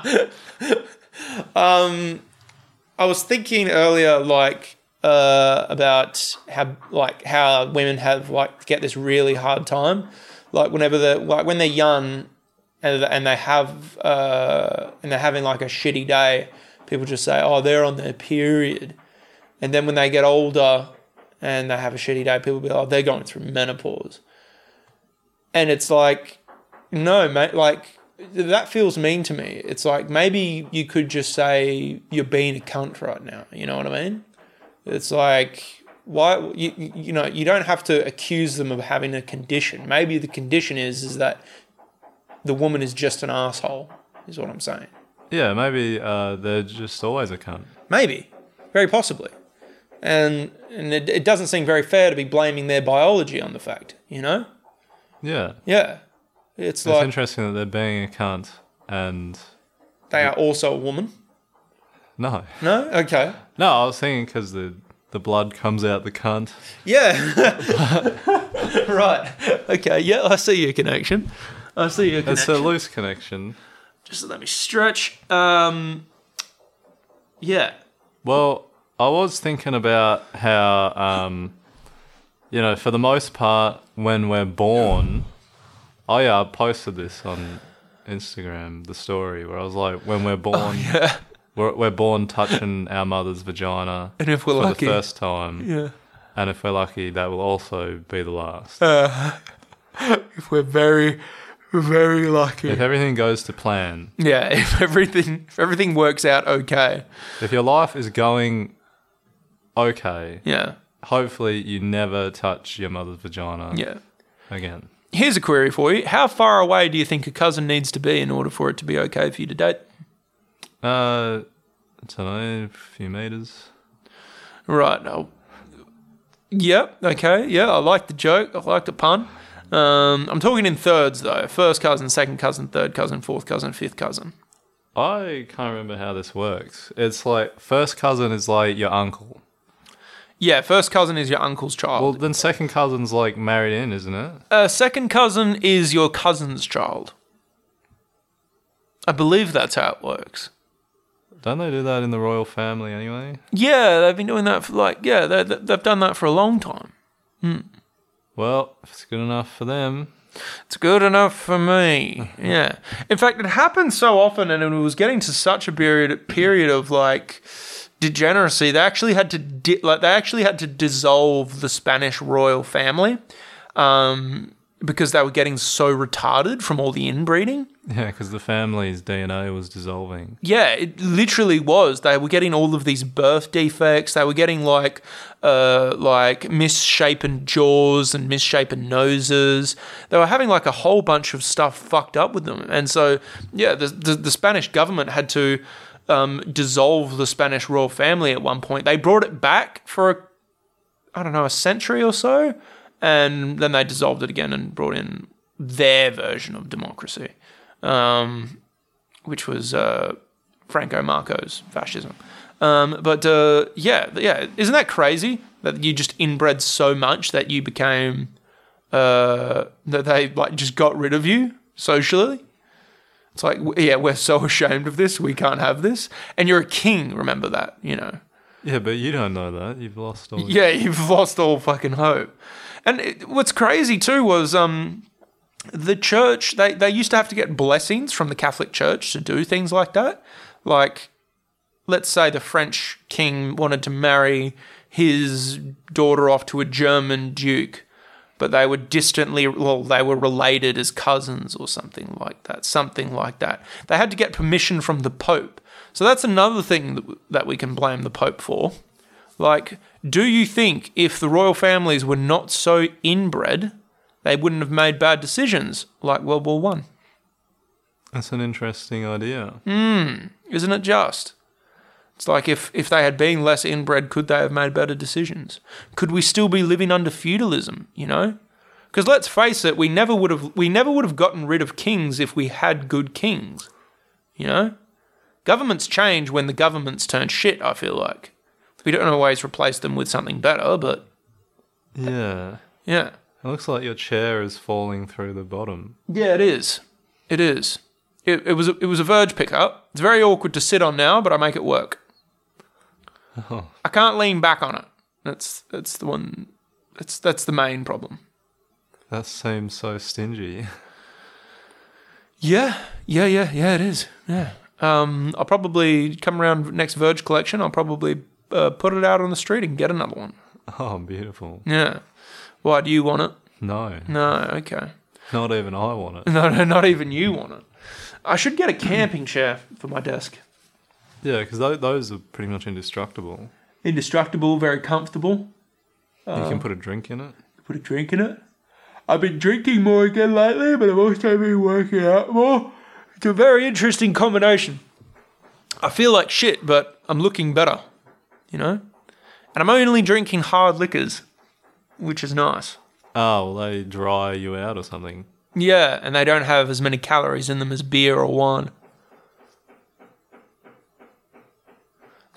um, I was thinking earlier, like uh, about how like how women have like get this really hard time, like whenever they're like when they're young, and and they have uh, and they're having like a shitty day. People just say, "Oh, they're on their period," And then when they get older and they have a shitty day, people be like, "Oh, they're going through menopause. And it's like, no, mate, like that feels mean to me. It's like maybe you could just say you're being a cunt right now. You know what I mean? It's like why you, you know you don't have to accuse them of having a condition. Maybe the condition is is that the woman is just an asshole. Is what I'm saying.
Yeah, maybe uh, they're just always a cunt.
Maybe, very possibly, and and it, it doesn't seem very fair to be blaming their biology on the fact. You know?
Yeah.
Yeah. It's
It's
like
interesting that they're being a cunt and
they are also a woman.
no.
No? Okay.
No, I was thinking because the, the blood comes out the cunt.
Yeah. right. Okay. Yeah, I see your connection. I see your
It's
connection.
a loose connection.
Just let me stretch. Um, yeah.
Well, I was thinking about how, um, you know, for the most part, when we're born, oh yeah, I posted this on Instagram, the story where I was like, when we're
Oh,
born, we're, we're born touching our mother's vagina
And if we're
for
lucky.
the first time,
Yeah.
and if we're lucky, that will also be the last.
If we're very, very lucky.
if everything goes to plan,
Yeah. If everything, if everything works out okay.
if your life is going okay,
Yeah.
hopefully you never touch your mother's vagina
Yeah.
again.
Here's a query for you. How far away do you think a cousin needs to be in order for it to be okay for you to date?
Uh, I don't know, a few meters.
Right. now, Yep. Okay. Yeah. I like the joke. I like the pun. Um, I'm talking in thirds though. First cousin, second cousin, third cousin, fourth cousin, fifth cousin.
I can't remember how this works. It's like first cousin is like your uncle.
Yeah. First cousin is your uncle's
Well,
child.
then second cousin's like married in, isn't it?
uh, second cousin is your cousin's child. I believe that's how it works.
Don't they do that in the royal family anyway?
Yeah, they've been doing that for like yeah, they, they- they've done that for a long time.
Well, if it's good enough for them.
It's good enough for me. Yeah. In fact, it happened so often, and it was getting to such a period period of like degeneracy. They actually had to di- like they actually had to dissolve the Spanish royal family um, because they were getting so retarded from all the inbreeding.
Yeah, because the family's DNA was dissolving.
Yeah, it literally was. They were getting all of these birth defects. They were getting like, uh, like misshapen jaws and misshapen noses. They were having like a whole bunch of stuff fucked up with them. And so, yeah, the the, the Spanish government had to um, dissolve the Spanish royal family at one point. They brought it back for a, I don't know, a century or so, and then they dissolved it again and brought in their version of democracy. Um, which was uh, Franco Marcos fascism. Um, but uh, yeah, yeah, isn't that crazy that you just inbred so much that you became uh, that they like just got rid of you socially? It's like, w- yeah, we're so ashamed of this, we can't have this. And you're a king, remember that, you know.
Yeah, but you don't know that. You've lost all.
Yeah, you've lost all fucking hope. And it, what's crazy too was um, the church. They they used to have to get blessings from the Catholic Church to do things like that. Like, let's say the French king wanted to marry his daughter off to a German duke, but they were distantly, well, they were related as cousins or something like that. Something like that. They had to get permission from the Pope. So that's another thing that, that we can blame the Pope for. Like, do you think if the royal families were not so inbred, they wouldn't have made bad decisions like World War One?
That's an interesting idea.
Isn't it just? It's like if, if they had been less inbred, could they have made better decisions? Could we still be living under feudalism, you know? Because let's face it, we never would have we never would have gotten rid of kings if we had good kings. You know? Governments change when the governments turn shit, I feel like. We don't always replace them with something better, but
Yeah.
yeah.
It looks like your chair is falling through the bottom.
Yeah, it is. It is. It, it was a, it was a Verge pickup. It's very awkward to sit on now, but I make it work. I can't lean back on it. That's that's the one. That's that's the main problem.
That seems so stingy.
Yeah, yeah, yeah, yeah. It is. Yeah. Um, I'll probably come around next Verge collection. I'll probably uh, put it out on the street and get another one.
Oh, beautiful.
Yeah. Why do you want it?
No,
No. Okay.
not even I want it.
No, no, not even you want it. I should get a camping chair for my desk.
Yeah, because those are pretty much indestructible.
Indestructible, very comfortable.
you can put a drink in it.
Put a drink in it. I've been drinking more again lately, but I've also been working out more. It's a very interesting combination. I feel like shit, but I'm looking better, you know? And I'm only drinking hard liquors, which is nice.
Oh, well, they dry you out or something.
Yeah, and they don't have as many calories in them as beer or wine.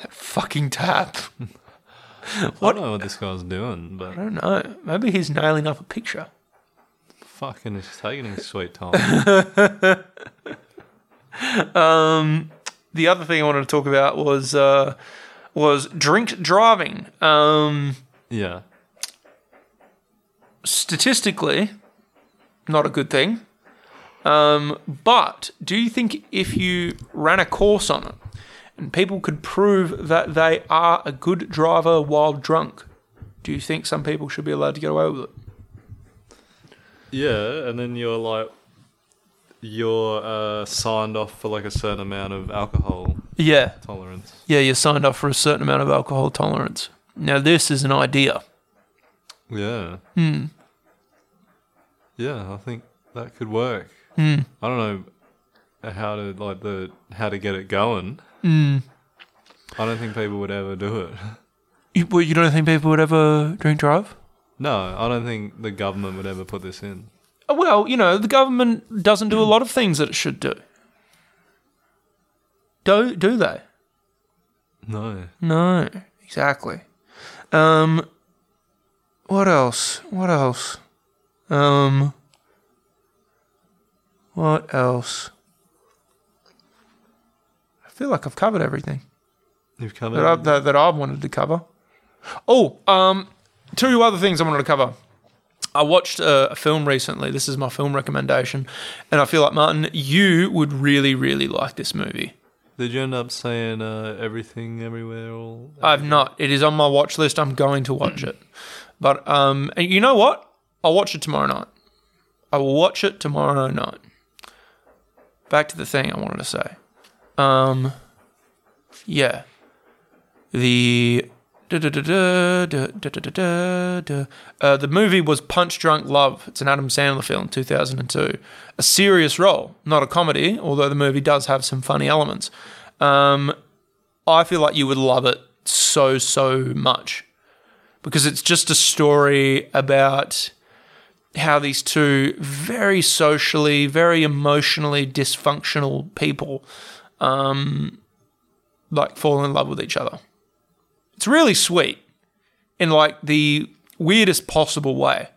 That fucking tap.
I don't know what this guy's doing, but
I don't know. Maybe he's nailing up a picture.
fucking, it's taking his sweet time.
the other thing I wanted to talk about was uh, was drink driving. Um,
yeah,
statistically, not a good thing. Um, but do you think if you ran a course on it and people could prove that they are a good driver while drunk, do you think some people should be allowed to get away with it?
yeah, and then you're like, you're uh, signed off for like a certain amount of alcohol
Yeah,
tolerance.
yeah, you're signed up for a certain amount of alcohol tolerance. Now this is an idea.
Yeah. Yeah, I think that could work. I don't know how to like the how to get it going. I don't think people would ever do it.
You, well, you don't think people would ever drink drive?
No, I don't think the government would ever put this in.
Well, you know, the government doesn't do a lot of things that it should do. Do do they?
No.
No, exactly. Um, what else? What else? Um, what else? I feel like I've covered everything
You've come
that I, that, that I wanted to cover. Oh, um, two other things I wanted to cover. I watched a, a film recently. This is my film recommendation, and I feel like Martin, you would really, really like this movie.
Did you end up saying uh, everything everywhere all
I've not. It is on my watch list. I'm going to watch it. But um, and you know what? I'll watch it tomorrow night. I will watch it tomorrow night. Back to the thing I wanted to say. Um, yeah. The da, da, da, da, da, da, da, da, da. Uh, the movie was Punch Drunk Love. It's an Adam Sandler film, 2002. A serious role, not a comedy, although the movie does have some funny elements. Um, I feel like you would love it so, so much because it's just a story about how these two very socially, very emotionally dysfunctional people um, like fall in love with each other. It's really sweet in like the weirdest possible way.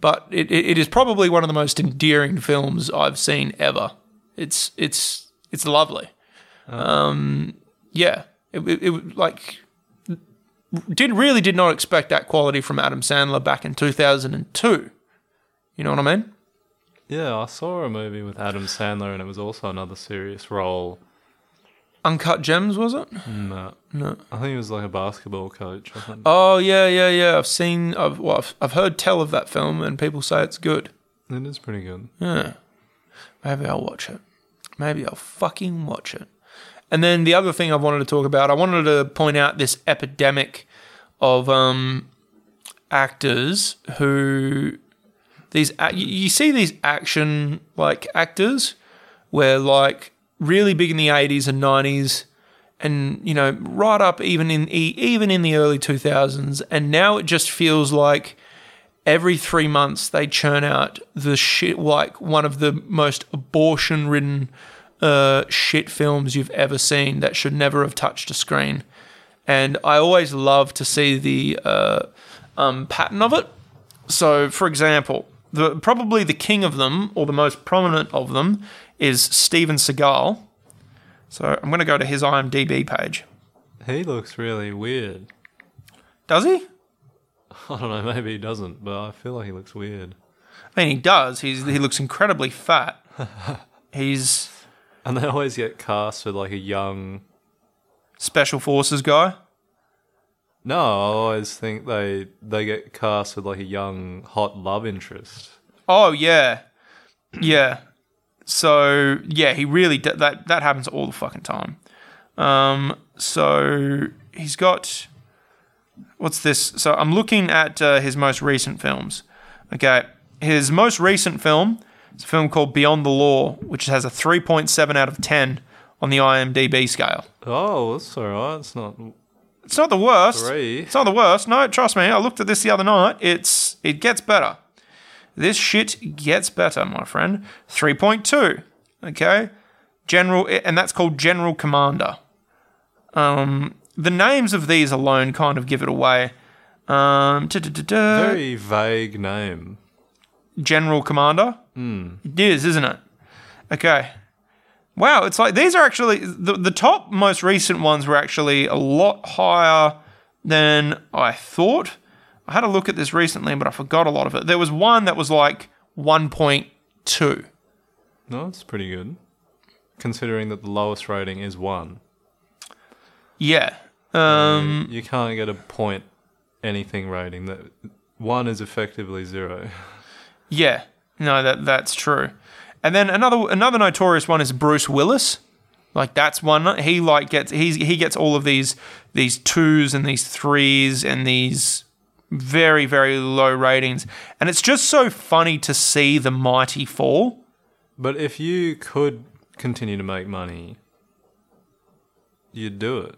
But it, it, it is probably one of the most endearing films I've seen ever. It's it's it's lovely yeah, it, it, it like did really did not expect that quality from Adam Sandler back in 2002. You know what I mean?
Yeah, I saw a movie with Adam Sandler and it was also another serious role.
Uncut Gems was it?
No. No. I think it was like a basketball coach or something.
Oh yeah, yeah, yeah. I've seen, I've, well, I've, I've heard tell of that film, and people say it's good.
It is pretty good.
Yeah. Maybe I'll watch it. Maybe I'll fucking watch it. And then the other thing I wanted to talk about, I wanted to point out this epidemic of um, actors who these a- you you see these action like actors where like really big in the 80s and 90s and you know right up even in e- even in the early 2000s and now it just feels like every three months they churn out the shit like one of the most abortion ridden uh, shit films you've ever seen that should never have touched a screen and i always love to see the uh, um, pattern of it so for example the, probably the king of them or the most prominent of them is steven seagal so i'm going to go to his imdb page
He looks really weird.
does he
I don't know, maybe he doesn't, but I feel like he looks weird.
i mean he does He's, he looks incredibly fat he's
And they always get cast with like a young
special forces guy.
No, I always think they they get cast with like a young hot love interest.
Oh yeah, yeah. So yeah, he really d- that that happens all the fucking time. Um, so he's got what's this? So I'm looking at uh, his most recent films. Okay, his most recent film is a film called Beyond the Law, which has a 3.7 out of 10 on the IMDb scale.
Oh, that's alright. It's not
It's not the worst.
Three.
It's not the worst. No, trust me. I looked at this the other night. It's it gets better. This shit gets better, my friend. 3.2. Okay. General and that's called General Commander. Um the names of these alone kind of give it away. Um da-da-da-da.
very vague name.
General Commander. It is, isn't it? Okay. Wow, it's like these are actually the, the top most recent ones were actually a lot higher than I thought. I had a look at this recently, but I forgot a lot of it. There was one that was like 1.2.
No, it's pretty good. Considering that the lowest rating is one.
Yeah. Um,
You can't get a point anything rating that one is effectively zero.
yeah. No, that that's true. And then another another notorious one is Bruce Willis. Like that's one he like gets he's he gets all of these these twos and these threes and these very very low ratings, and it's just so funny to see the mighty fall.
But if you could continue to make money, you'd do it.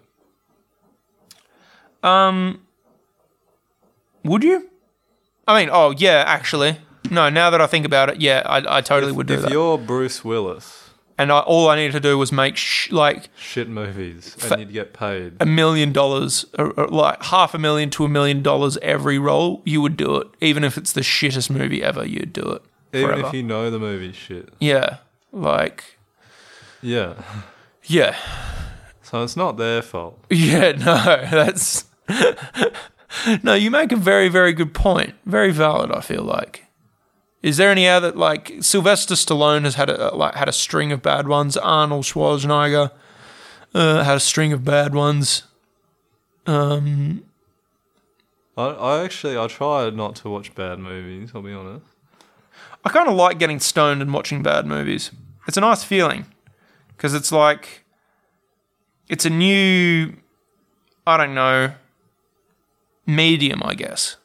Would you? I mean, oh yeah, actually, no. Now that I think about it, yeah, I, I totally would do
if
that.
you're Bruce Willis,
And I, all I needed to do was make sh- like
shit movies,
Fa-
and you'd get paid.
a million dollars, or, or like half a million to a million dollars every role, you would do it. Even if it's the shittest movie ever, you'd do it.
Even
forever.
if you know the movie shit.
Yeah. Like,
Yeah.
yeah.
So it's not their fault.
Yeah, no, that's. no, you make a very, very good point. Very valid, I feel like. Is there any other like Sylvester Stallone has had a like had a string of bad ones. Arnold Schwarzenegger uh, had a string of bad ones.
I, I actually I try not to watch bad movies, I'll be honest.
I kind of like getting stoned and watching bad movies. It's a nice feeling because it's like it's a new, I don't know, medium, I guess.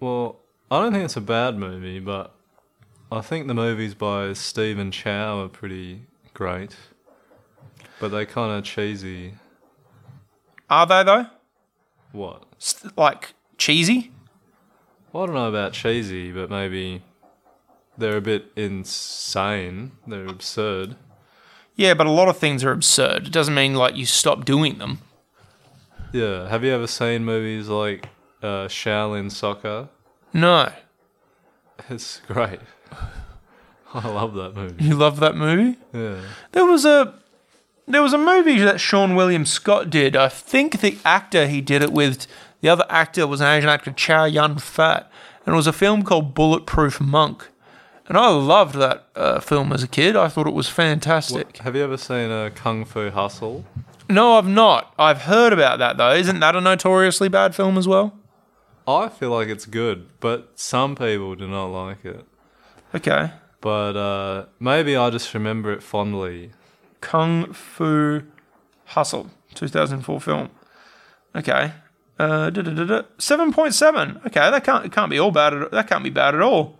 Well, I don't think it's a bad movie, but I think the movies by Stephen Chow are pretty great. But they're kind of cheesy.
Are they though?
What?
S- Like cheesy?
Well, I don't know about cheesy, but maybe they're a bit insane. They're absurd.
Yeah, but a lot of things are absurd. It doesn't mean like you stop doing them.
Yeah. Have you ever seen movies like uh, Shaolin Soccer?
No,
It's great. I love that movie.
you love that movie.
Yeah.
There was a there was a movie that Sean William Scott did. I think the actor he did it with, the other actor was an Asian actor, Chow Yun Fat, and it was a film called Bulletproof Monk. And I loved that uh, film as a kid. I thought it was fantastic.
Have you ever seen a Kung Fu Hustle?
No, I've not. I've heard about that though. Isn't that a notoriously bad film as well?
I feel like it's good, but some people do not like it.
Okay.
But uh, maybe I just remember it fondly.
Kung Fu Hustle, 2004 film. Okay. Uh, da, da, da, da. 7.7. Okay, that can't it can't be all bad at, that can't be bad at all.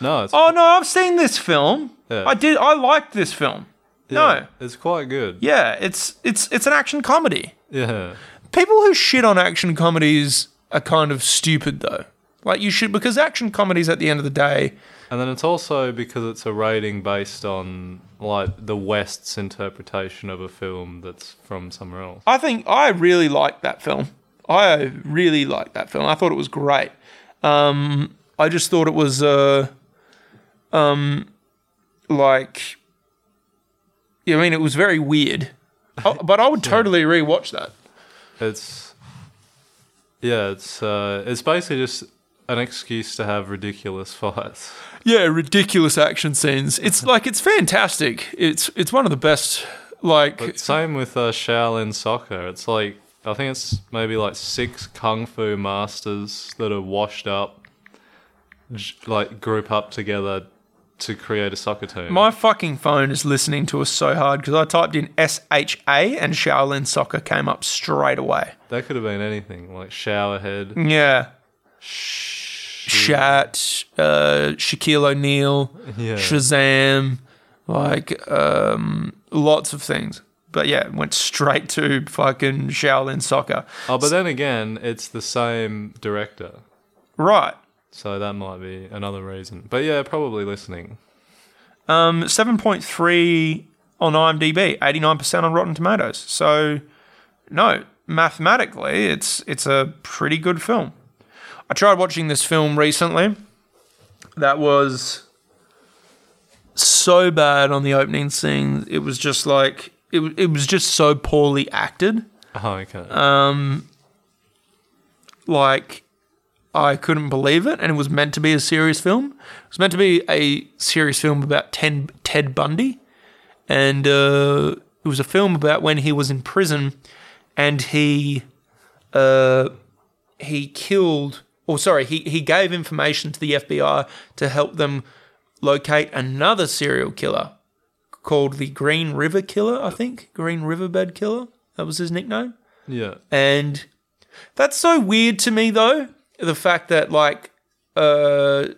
No, it's,
Oh no, I've seen this film.
Yeah.
I did I liked this film.
yeah,
No.
it's quite good.
Yeah, it's it's it's an action comedy.
Yeah,
People who shit on action comedies are kind of stupid though. Like you should because action comedies at the end of the day
and then it's also because it's a rating based on like the West's interpretation of a film that's from somewhere else.
I think I really liked that film. I really liked that film. I thought it was great. Um, I just thought it was, uh, um, like, yeah, I mean, it was very weird. Oh, but I would totally rewatch that.
It's yeah, it's uh, it's basically just an excuse to have ridiculous fights.
Yeah, ridiculous action scenes. It's like it's fantastic. It's it's one of the best. Like
Same with uh, Shaolin Soccer. It's like I think it's maybe like six kung fu masters that are washed up, j- like group up together to create a soccer team.
My fucking phone is listening to us so hard because I typed in SHA and Shaolin soccer came up straight away.
that could have been anything like
Mm.
showerhead.
Yeah. Shat, uh, Shaquille O'Neal,
Yeah.
Shazam, like um, lots of things. But yeah, it went straight to fucking Shaolin soccer.
Oh, but then again, it's the same director,
Right.
so that might be another reason. But yeah, probably listening.
Um, 7.3 on IMDb, 89% on Rotten Tomatoes. So, no, mathematically, it's it's a pretty good film. I tried watching this film recently. That was so bad on the opening scene. It was just like it, w- it was just so poorly acted.
Oh, okay.
Like I couldn't believe it, and it was meant to be a serious film. It was meant to be a serious film about ten, Ted Bundy, and uh, it was a film about when he was in prison, and he, uh, he killed. Or sorry, he he gave information to the FBI to help them locate another serial killer called the Green River Killer. I think Green Riverbed Killer. That was his nickname.
yeah.
And that's so weird to me, though. The fact that, like, uh,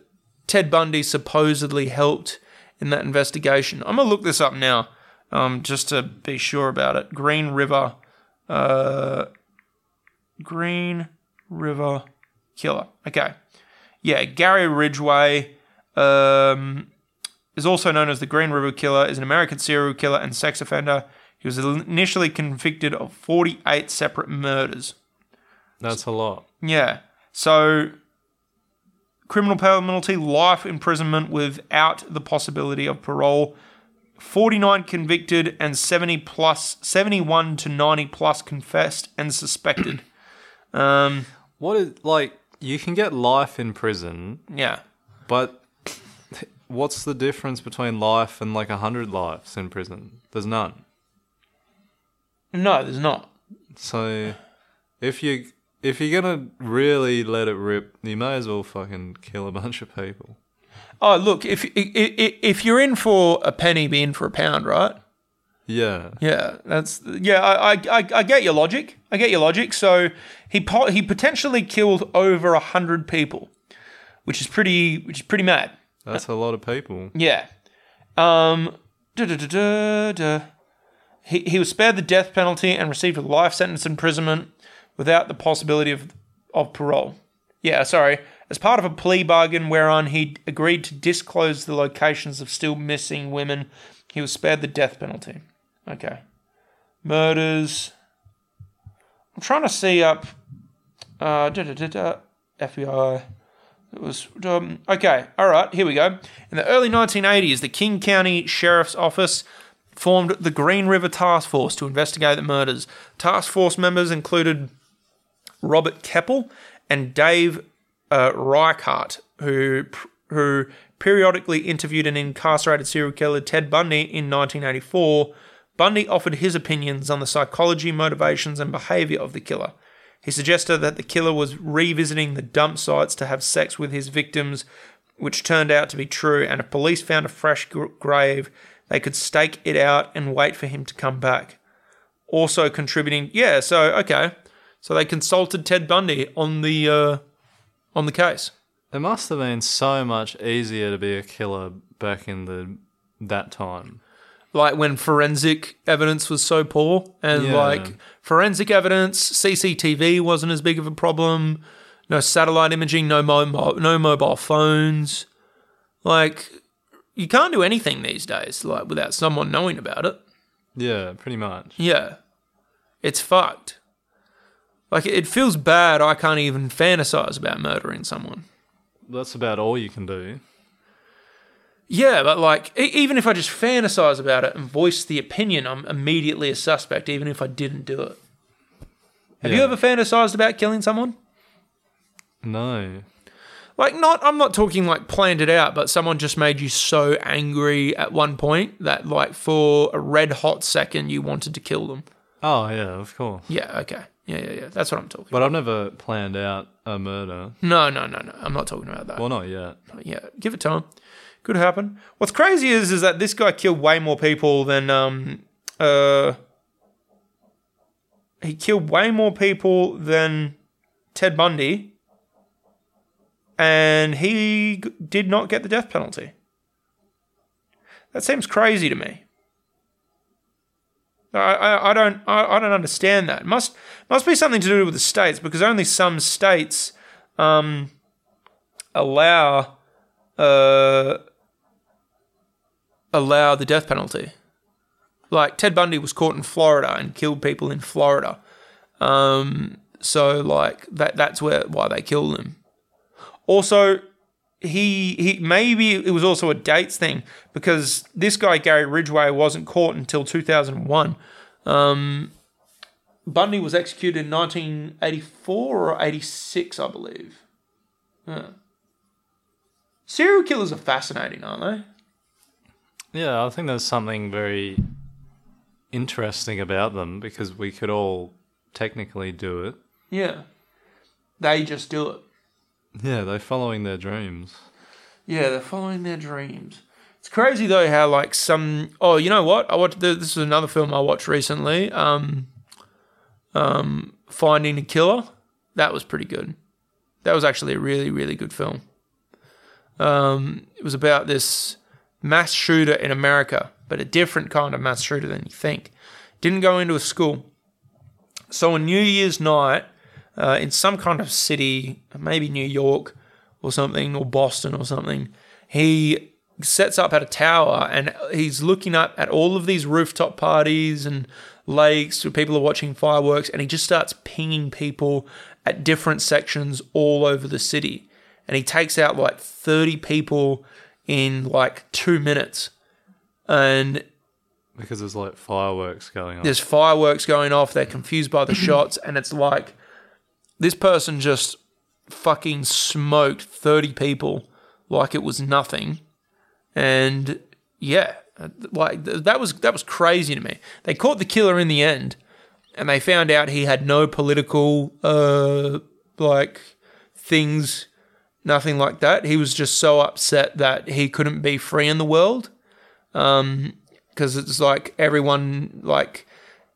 Ted Bundy supposedly helped in that investigation. I'm going to look this up now um, just to be sure about it. Green River. Uh, Green River Killer. Okay. Yeah, Gary Ridgway. Um, is also known as the Green River Killer, is an American serial killer and sex offender. He was initially convicted of 48 separate murders.
That's a lot.
Yeah. So, criminal penalty, life imprisonment without the possibility of parole. 49 convicted and 70 plus, 71 to 90 plus confessed and suspected. um,
What is like? You can get life in prison,
yeah.
but what's the difference between life and like a hundred lives in prison? There's none.
No, there's not.
So if you if you're gonna really let it rip, you may as well fucking kill a bunch of people.
Oh, look, if, if, if you're in for a penny, be in for a pound, right?
Yeah.
Yeah, that's yeah. I, I I- I get your logic. I get your logic. So he po- he potentially killed over a hundred people, which is pretty which is pretty mad.
That's a lot of people.
Yeah. Um. duh, duh, duh, duh, duh. He he was spared the death penalty and received a life sentence imprisonment without the possibility of of parole. Yeah, sorry. As part of a plea bargain whereon he agreed to disclose the locations of still missing women, he was spared the death penalty. Okay. Murders. I'm trying to see up. Uh, da, da, da, da, FBI. It was um, okay. All right, here we go. In the early 1980s, the King County Sheriff's Office formed the Green River Task Force to investigate the murders. Task force members included Robert Keppel and Dave uh, Reichart, who who periodically interviewed an incarcerated serial killer Ted Bundy in 1984. Bundy offered his opinions on the psychology, motivations, and behavior of the killer. He suggested that the killer was revisiting the dump sites to have sex with his victims, which turned out to be true. And if police found a fresh gr- grave, they could stake it out and wait for him to come back. Also contributing, yeah. So okay, so they consulted Ted Bundy on the uh, on the case.
It must have been so much easier to be a killer back in the that time.
like when forensic evidence was so poor and
Yeah.
like forensic evidence cctv wasn't as big of a problem no satellite imaging no mobile no mobile phones like you can't do anything these days like without someone knowing about it
Yeah, pretty much.
yeah it's fucked like it feels bad i can't even fantasize about murdering someone
That's about all you can do.
Yeah, but like, e- even if I just fantasize about it and voice the opinion, I'm immediately a suspect, even if I didn't do it. Have you
Yeah.
ever fantasized about killing someone?
No.
Like, not, I'm not talking like planned it out, but someone just made you so angry at one point that, like, for a red hot second, you wanted to kill them.
Oh yeah, of course.
Yeah, okay. Yeah, yeah, yeah. That's what I'm talking.
But I've never planned out a murder.
No, no, no, no. I'm not talking about that.
Well, not yet.
yeah, give it time. Could happen. What's crazy is is that this guy killed way more people than um uh he killed way more people than Ted Bundy, and he g- did not get the death penalty. That seems crazy to me. I, I, I don't I, I don't understand that. must must be something to do with the states because only some states um, allow uh, allow the death penalty. Like Ted Bundy was caught in Florida and killed people in Florida, um, so like that that's where why they killed him. Also, he he maybe it was also a dates thing because this guy Gary Ridgway wasn't caught until 2001. Um, Bundy was executed in 1984 or 86, I believe. Yeah. Serial killers are fascinating, aren't they?
Yeah, I think there's something very interesting about them because we could all technically do it.
Yeah. They just do it.
Yeah, they're following their dreams.
Yeah, they're following their dreams. It's crazy though how like some oh you know what I watched th- this is another film I watched recently um um Finding a Killer that was pretty good that was actually a really really good film um it was about this mass shooter in America but a different kind of mass shooter than you think didn't go into a school so on New Year's night uh, in some kind of city, maybe New York or something, or Boston or something. He sets up at a tower and he's looking up at all of these rooftop parties and lakes where people are watching fireworks, and he just starts pinging people at different sections all over the city. And he takes out like 30 people in like two minutes. And
Because there's like fireworks going on.
there's fireworks going off. They're confused by the shots, and it's like this person just fucking smoked thirty people like it was nothing. And yeah, like th- that was that was crazy to me. They caught the killer in the end, and they found out he had no political uh like things, nothing like that. He was just so upset that he couldn't be free in the world because it's like everyone like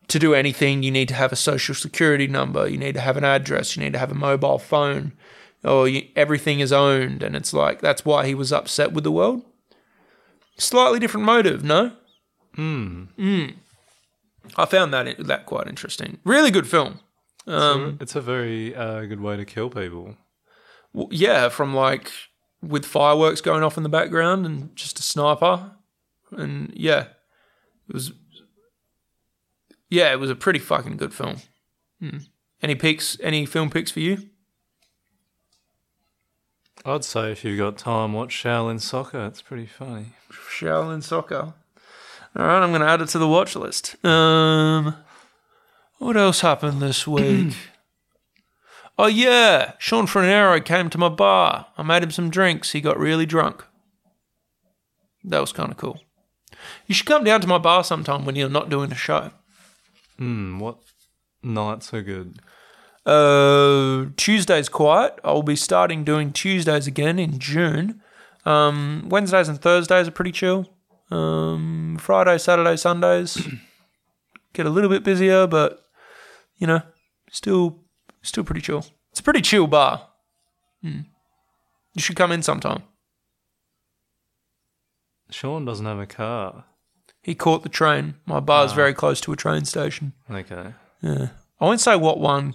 to do anything you need to have a social security number you need to have an address you need to have a mobile phone or you, everything is owned and it's like that's why he was upset with the world slightly different motive no hmm i found that that quite interesting really good film
it's a very uh, good way to kill people.
W- yeah from like with fireworks going off in the background and just a sniper and yeah it was yeah it was a pretty fucking good film hmm. any picks any film picks for you
I'd say if you've got time, watch Shaolin Soccer. It's pretty funny.
Shaolin Soccer all right I'm gonna add it to the watch list um what else happened this week oh yeah Sean Frenero came to my bar I made him some drinks he got really drunk that was kind of cool you should come down to my bar sometime when you're not doing a show
Hmm, what nights are good?
Uh, Tuesday's quiet. I'll be starting doing Tuesdays again in June. Um, Wednesdays and Thursdays are pretty chill. Um, Friday, Saturday, Sundays get a little bit busier, but you know, still, still pretty chill. It's a pretty chill bar. Hmm. You should come in sometime.
Sean doesn't have a car.
He caught the train. My bar's very close to a train station.
Okay.
I won't say what one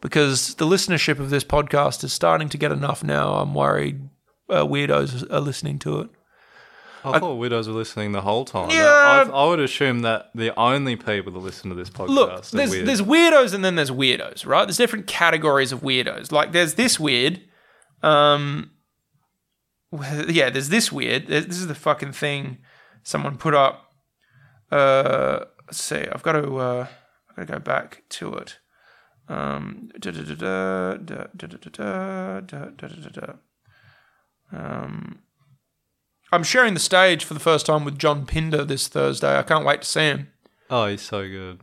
because the listenership of this podcast is starting to get enough now. I'm worried uh, weirdos are listening to it.
I, thought widows were listening the whole time.
Yeah.
I, I would assume that the only people that listen to this podcast
Look,
are
there's
weird.
there's weirdos and then there's weirdos, right? There's different categories of weirdos. Like there's this weird, um, wh- yeah, there's this weird. Th- This is the fucking thing someone put up. Uh, let's see, I've got to uh, I've got to go back to it. Um, da da da da da da da da da da da da da. Um, I'm sharing the stage for the first time with John Pinder this Thursday. I can't wait to see him.
Oh, he's so good.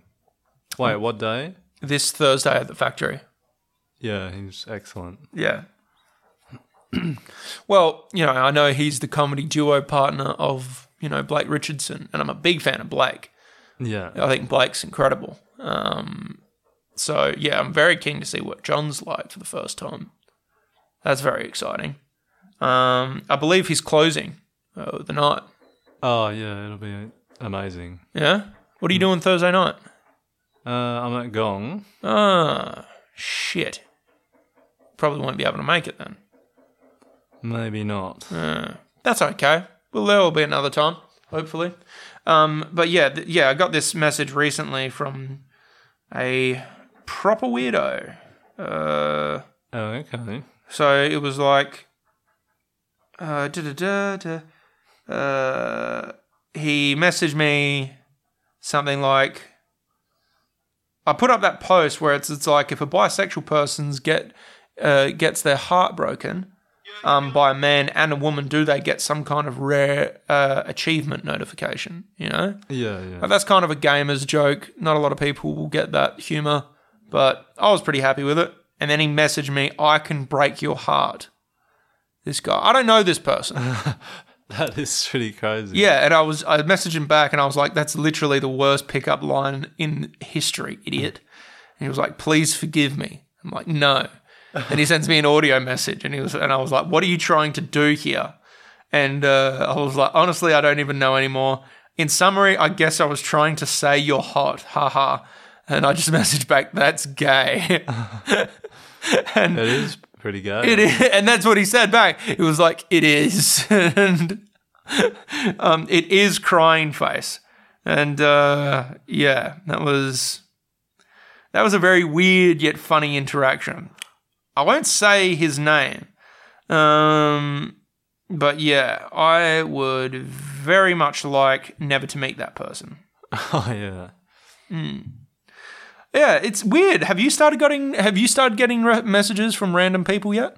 Wait, what day?
this Thursday at the factory.
Yeah, he's excellent.
Yeah. well, you know, I know he's the comedy duo partner of, you know, Blake Richardson, and I'm a big fan of Blake.
Yeah.
I think Blake's incredible. Um, so, yeah, I'm very keen to see what John's like for the first time. That's very exciting. Um, I believe he's closing uh, the night.
Oh yeah, it'll be amazing.
Yeah? What are you doing Thursday night?
Uh, I'm at Gong.
Ah, shit. Probably won't be able to make it then.
Maybe not.
Uh, that's okay. Well, there will be another time, hopefully. Um, but yeah, th- yeah, I got this message recently from a proper weirdo. Uh,
Oh, okay.
so it was like, uh, da da da da. Uh, he messaged me something like, I put up that post where it's it's like if a bisexual person's get uh, gets their heart broken um, by a man and a woman, do they get some kind of rare uh, achievement notification? You know,
Yeah, yeah.
but that's kind of a gamer's joke. Not a lot of people will get that humor, but I was pretty happy with it. And then he messaged me, I can break your heart. This guy. I don't know this person.
That is pretty crazy.
Yeah, and I was I messaged him back and I was like, that's literally the worst pickup line in history, idiot. And he was like, please forgive me. I'm like, no. And he sends me an audio message and he was and I was like, what are you trying to do here? And uh, I was like, honestly, I don't even know anymore. In summary, I guess I was trying to say you're hot, haha. And I just messaged back, that's gay. and
It is pretty good.
it is, and that's what he said back. It was like it is, and um, it is crying face, and uh, yeah, that was that was a very weird yet funny interaction. I won't say his name, um, but yeah, I would very much like never to meet that person.
Oh yeah.
Yeah, it's weird. Have you started getting Have you started getting re- messages from random people yet?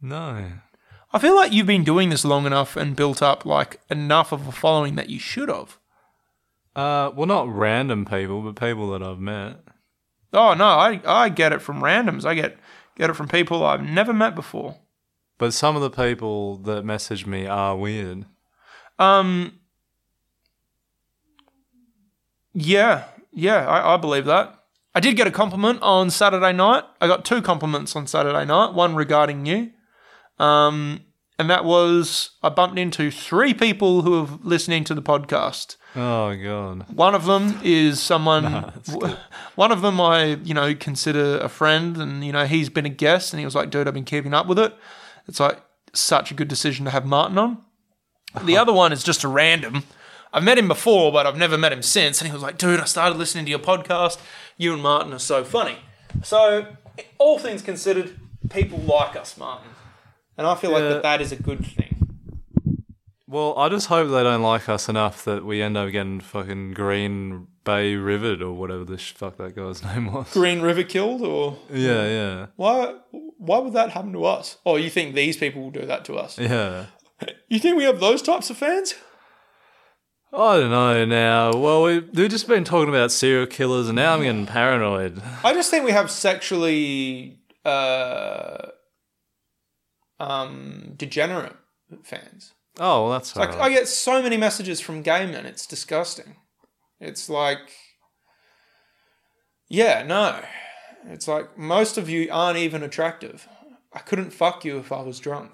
No.
I feel like you've been doing this long enough and built up like enough of a following that you should have.
Uh, well, not random people, but people that I've met.
Oh no, I, I get it from randoms. I get get it from people I've never met before.
But some of the people that message me are weird.
Um Yeah, yeah, I, I believe that. I did get a compliment on Saturday night. I got two compliments on Saturday night, one regarding you. Um and that was I bumped into three people who are listening to the podcast.
Oh god.
One of them is someone. one of them I, you know, consider a friend, and you know he's been a guest, and he was like, "Dude, I've been keeping up with it." It's like such a good decision to have Martin on. The other one is just a random. I've met him before, but I've never met him since. And he was like, "Dude, I started listening to your podcast. You and Martin are so funny." So, all things considered, people like us, Martin, and I feel like
Yeah.
that, that is a good thing.
Well, I just hope they don't like us enough that we end up getting fucking Green Bay Rivet or whatever the sh- fuck that guy's name was.
Green River killed, or
Yeah, yeah,
Why? Why would that happen to us? Oh, you think these people will do that to us?
yeah.
You think we have those types of fans?
I don't know now. Well, we, we've just been talking about serial killers, and now I'm getting paranoid.
I just think we have sexually uh, um, degenerate fans.
Oh, well, that's
Like
alright.
I get so many messages from gay men. It's disgusting. It's like, yeah, no. It's like most of you aren't even attractive. I couldn't fuck you if I was drunk.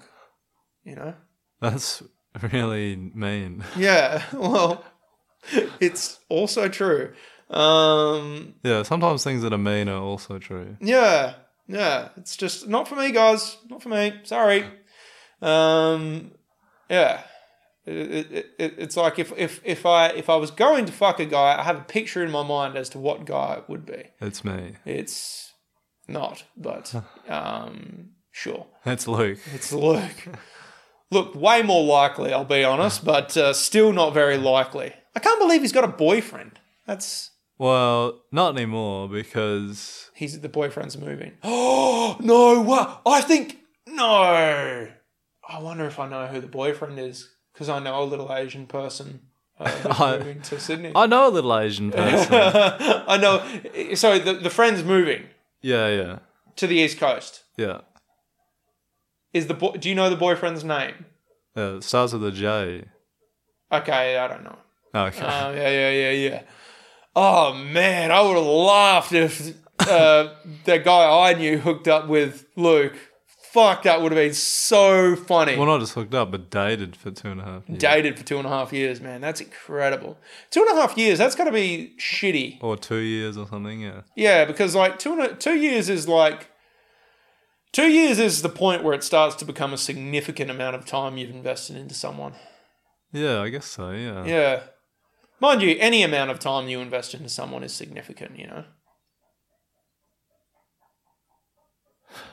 You know.
That's really mean.
Yeah, well, it's also true. Um,
Yeah, sometimes things that are mean are also true.
yeah, yeah, it's just not for me, guys. Not for me. Sorry. Um, yeah, it, it, it, it's like if, if if I if I was going to fuck a guy, I have a picture in my mind as to what guy it would be.
It's me.
It's not, but um, sure.
It's Luke.
It's Luke. Look, way more likely, I'll be honest, but uh, still not very likely. I can't believe he's got a boyfriend. That's
Well, not anymore because
he's the boyfriend's moving. Oh no! What I think no. I wonder if I know who the boyfriend is because I know a little Asian person uh, moving to Sydney.
I know a little Asian person.
I know. So the, the friend's moving
yeah, yeah,
to the East Coast.
yeah.
Is the boy? Do you know the boyfriend's name?
Uh, it starts with a J. Oh,
Okay, I don't know.
Okay.
Um, yeah, yeah, yeah, yeah. Oh man, I would have laughed if uh, that guy I knew hooked up with Luke. Fuck, that would have been so funny.
well, not just hooked up, but dated for two and a half years.
Dated for two and a half years, man. That's incredible. Two and a half years. That's gotta be shitty.
or two years or something. Yeah.
Yeah, because like two and a, two years is like two years is the point where it starts to become a significant amount of time you've invested into someone.
Yeah, I guess so. Yeah.
Yeah. Mind you, any amount of time you invest into someone is significant, you know?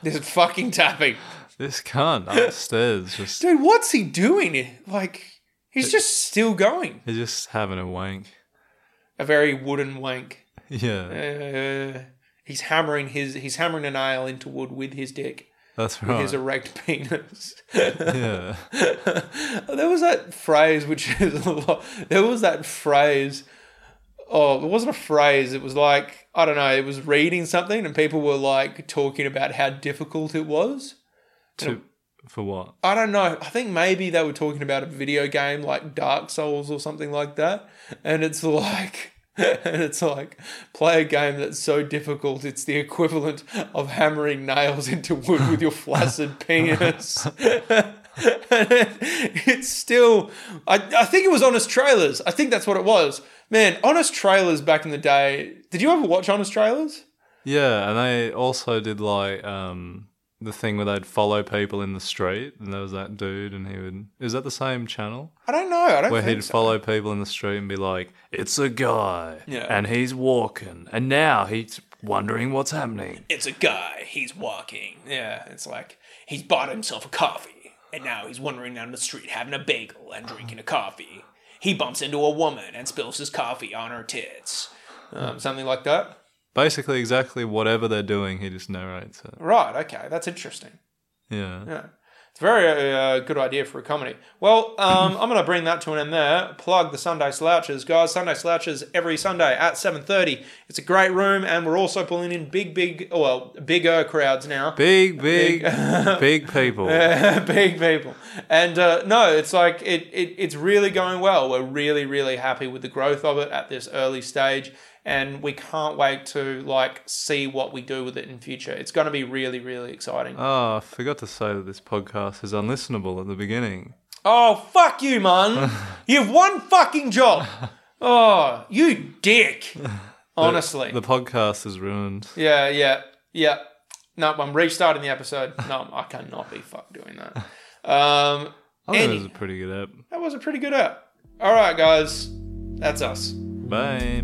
This fucking tapping.
This cunt upstairs just
Dude, what's he doing? Like, he's just still going.
he's just having a wank.
A very wooden wank.
Yeah,
Uh, he's hammering his he's hammering a nail into wood with his dick.
that's
with
right.
His erect penis.
yeah.
there was that phrase which is a lot, there was that phrase oh it wasn't a phrase it was like i don't know it was reading something and people were like talking about how difficult it was
To, for what?
i don't know i think maybe they were talking about a video game like dark souls or something like that and it's like and it's like play a game that's so difficult it's the equivalent of hammering nails into wood with your flaccid penis And it- it's still I, I think it was honest trailers i think that's what it was man honest trailers back in the day did you ever watch honest trailers
Yeah, and they also did like um the thing where they'd follow people in the street, and there was that dude, and he would. Is that the same channel
i don't know i don't
where
think
he'd
so.
follow people in the street and be like, "It's a guy,
Yeah.
and he's walking, and now he's wondering what's happening."
it's a guy. He's walking. Yeah, it's like he's bought himself a coffee, and now he's wandering down the street having a bagel and drinking a coffee. He bumps into a woman and spills his coffee on her tits. Um, something like that.
Basically, exactly whatever they're doing, he just narrates it.
Right. Okay, that's interesting.
Yeah.
Yeah. It's a very uh, good idea for a comedy. Well, um, I'm going to bring that to an end there. Plug the Sunday Slouches, guys. Sunday Slouches every Sunday at 7:30. It's a great room, and we're also pulling in big, big, oh, well, bigger crowds now.
Big, big, big people.
big people. And uh, no, it's like it, it it's really going well. We're really really happy with the growth of it at this early stage, and we can't wait to like see what we do with it in future. It's going to be really really exciting.
Oh, I forgot to say that this podcast is unlistenable at the beginning.
oh fuck you, man! You've one fucking job. Oh, you dick. Honestly.
The podcast is ruined.
Yeah, yeah, yeah. No, I'm restarting the episode. No, I cannot be fucked doing that. Um,
I think
Any-
it was a pretty good app.
That was a pretty good app. All right, guys. That's us.
Bye.